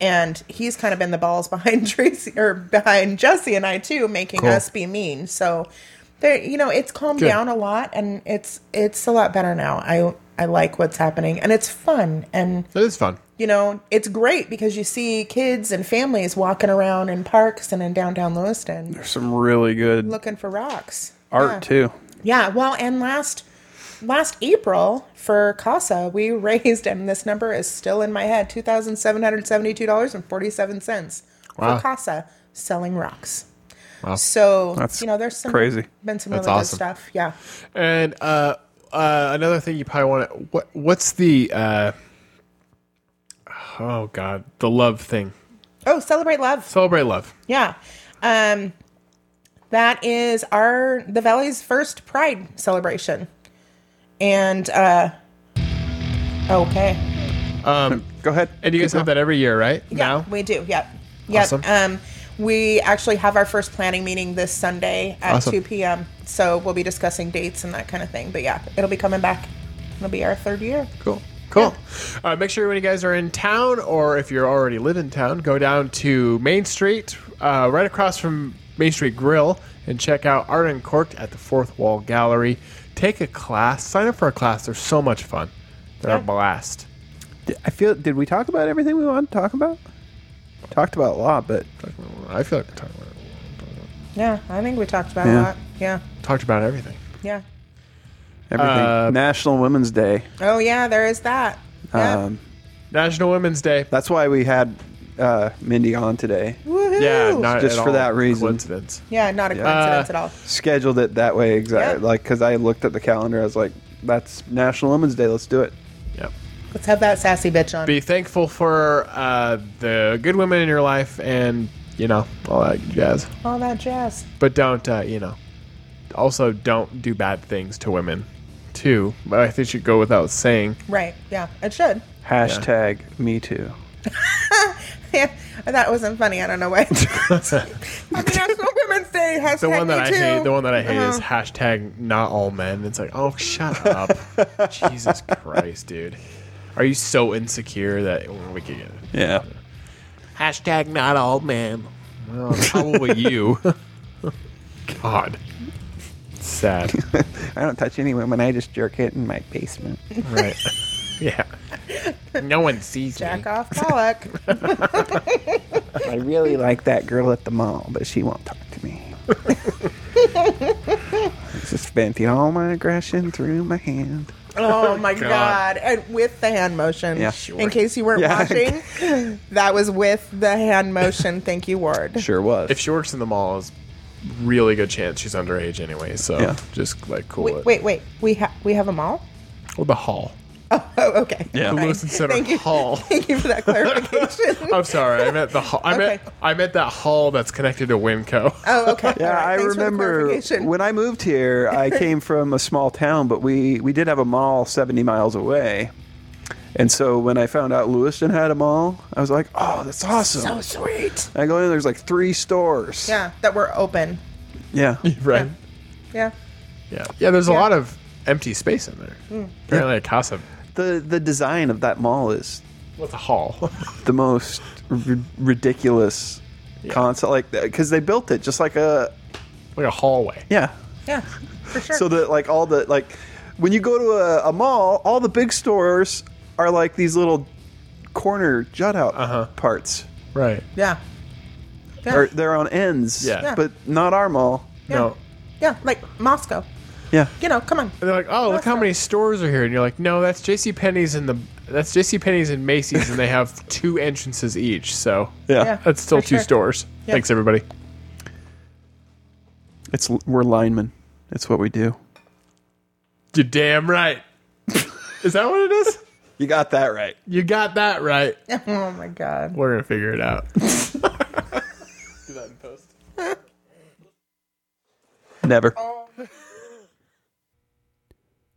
S3: And he's kind of been the balls *laughs* behind Tracy or behind Jesse and I too, making
S1: Cool.
S3: us be mean. So there, you know, it's calmed
S1: Good.
S3: down a lot, and it's it's a lot better now. I I like what's happening, and it's fun, and
S1: It is fun.
S3: you know, it's great because you see kids and families walking around in parks and in downtown Lewiston
S2: Some really good
S3: looking for rocks.
S2: art too.
S3: Yeah, well, and last last April for Casa, we *laughs* raised, and this number is still in my head, two thousand seven hundred seventy-two dollars and forty-seven cents
S1: Wow.
S3: for Casa selling rocks.
S1: Wow.
S3: So
S2: That's
S3: you know, there's some
S2: crazy.
S3: been some
S1: That's
S3: really
S1: awesome.
S3: good stuff. Yeah,
S1: And uh, uh, another thing you probably want to what what's the uh, oh god the love thing
S3: Oh, celebrate love.
S1: celebrate love
S3: Yeah. Um that is our the valley's first pride celebration. And uh okay.
S2: Go ahead.
S1: and you guys have that every year right
S3: Yeah,
S1: now
S3: we do. Yep. Yep.
S1: Awesome.
S3: Um we actually have our first planning meeting this Sunday at
S1: Awesome.
S3: 2 p.m. So we'll be discussing dates and that kind of thing. But yeah, it'll be coming back. It'll be our third year.
S1: Cool. Cool. Uh, make sure when you guys are in town, or if you already live in town, go down to Main Street, uh, right across from Main Street Grill, and check out Art Uncorked at the Fourth Wall Gallery. Take a class. Sign up for a class. They're so much fun. They're a
S3: Yeah.
S1: blast.
S2: I feel. Did we talk about everything we wanted to talk about? Talked about a lot, but
S1: I feel like we talked about,
S3: Yeah, I think we talked about
S2: Yeah.
S3: a lot. Yeah.
S1: talked about everything.
S3: Yeah.
S2: everything.
S1: Uh,
S2: National Women's Day.
S3: Oh yeah, there is that. Yeah.
S2: Um,
S1: National Women's Day.
S2: that's why we had uh, Mindy on today.
S3: Woohoo.
S1: Yeah, not
S2: Just
S1: at
S2: for
S1: all
S2: that reason.
S1: Coincidence.
S3: yeah, not a coincidence at all.
S2: Scheduled it that way exactly.
S3: Yeah.
S2: Like 'cause Like because I looked at the calendar, I was like, "That's National Women's Day. Let's do it."
S1: Yep.
S3: Let's have that sassy bitch on.
S1: Be thankful for uh, the good women in your life, and you know all that jazz.
S3: All that jazz.
S1: but don't uh, you know also don't do bad things to women too but i think it should go without saying *laughs*
S3: Right. Yeah, it should. *laughs*
S2: Hashtag Me Too.
S3: Yeah, that wasn't funny. I don't know why. *laughs* Happy National Women's Day.
S1: *laughs*
S3: Hashtag
S1: the one that
S3: me
S1: i
S3: too.
S1: hate the one that i hate is
S3: Uh-huh.
S1: hashtag not all men it's like oh shut
S3: *laughs*
S1: up jesus christ dude are you so insecure that well, we could get it
S2: Yeah.
S1: hashtag not all men well probably you *laughs* god sad
S2: I don't touch any women. I just jerk it in my basement.
S1: right *laughs* yeah no one sees me
S3: Jack
S1: *laughs*
S3: off Pollock.
S2: I really like that girl at the mall, but she won't talk to
S3: *laughs*
S2: me. Just venting all my aggression through my hand.
S3: oh my god.
S1: God.
S3: And with the hand motion.
S2: Yeah.
S3: In case you weren't
S2: Yeah. *laughs*
S3: watching, that was with the hand motion. Thank you, Ward.
S2: Sure was.
S1: if she works in the mall, is really good chance she's underage anyway. So
S2: Yeah.
S1: just like cool
S3: Wait,
S1: it.
S3: wait, wait. We have we have them all.
S1: Well, the hall,
S3: Oh, okay.
S2: Yeah.
S1: the
S2: Fine.
S3: *laughs*
S1: Lewis and Center
S3: Thank you.
S1: Hall.
S3: Thank you for that clarification.
S1: *laughs* I'm sorry, I meant the hall. I meant
S3: Okay.
S1: I meant that hall that's connected to
S3: *laughs*
S1: Winco.
S3: oh, okay.
S2: yeah,
S3: All right.
S2: I
S3: Thanks for the
S2: remember
S3: clarification.
S2: when I moved here, I
S3: *laughs*
S2: came from a small town, but we, we did have a mall 70 miles away. And so when I found out Lewiston had a mall, I was like, oh, that's awesome.
S3: so sweet.
S2: I go in, there's like three stores.
S3: Yeah, that were open.
S2: Yeah.
S1: *laughs* right?
S3: Yeah.
S1: Yeah. yeah, There's a
S3: Yeah. Hmm.
S1: lot of empty space in there. Apparently, a casa.
S2: The, the design of that mall is
S1: What's a hall? *laughs*
S2: the most r- ridiculous concept like because they built it just like a
S1: like a hallway.
S2: yeah
S3: Yeah. For sure.
S2: so that like all the like when you go to a, a mall all the big stores are like these little corner jut out
S1: Uh-huh.
S2: parts
S1: Right.
S3: yeah. Yeah.
S2: or they're on ends
S1: Yeah. Yeah.
S2: but not our mall
S3: yeah.
S1: No.
S3: Yeah, like Moscow.
S2: yeah
S3: You know, come on.
S1: And they're like, oh, look how many stores are here, and you're like, no, that's J.C. Penney's and the that's J.C. Penney's and Macy's, and they have two entrances each, so
S2: *laughs* yeah,
S3: Yeah.
S1: that's still
S3: For
S1: two
S3: sure.
S1: stores.
S3: Yeah.
S1: Thanks, everybody.
S2: it's we're linemen it's what we do
S1: You're damn right. is that what it is?
S2: you got that right
S1: You got that right.
S3: Oh my god.
S1: We're gonna figure it out.
S2: never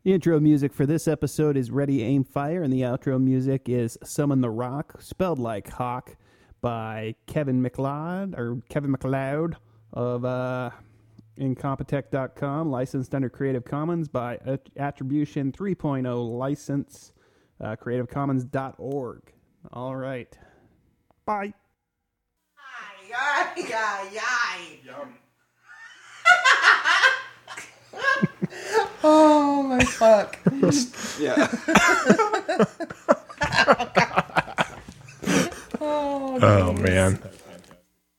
S4: The intro music for this episode is Ready Aim Fire, and the outro music is Summon the Rock, spelled like Hawk, by Kevin McLeod or Kevin McLeod of uh, Incompetech.com, licensed under Creative Commons by At- Attribution 3.0 license, uh, creativecommons.org. All right. Bye.
S3: Oh my fuck.
S2: yeah
S1: Oh man.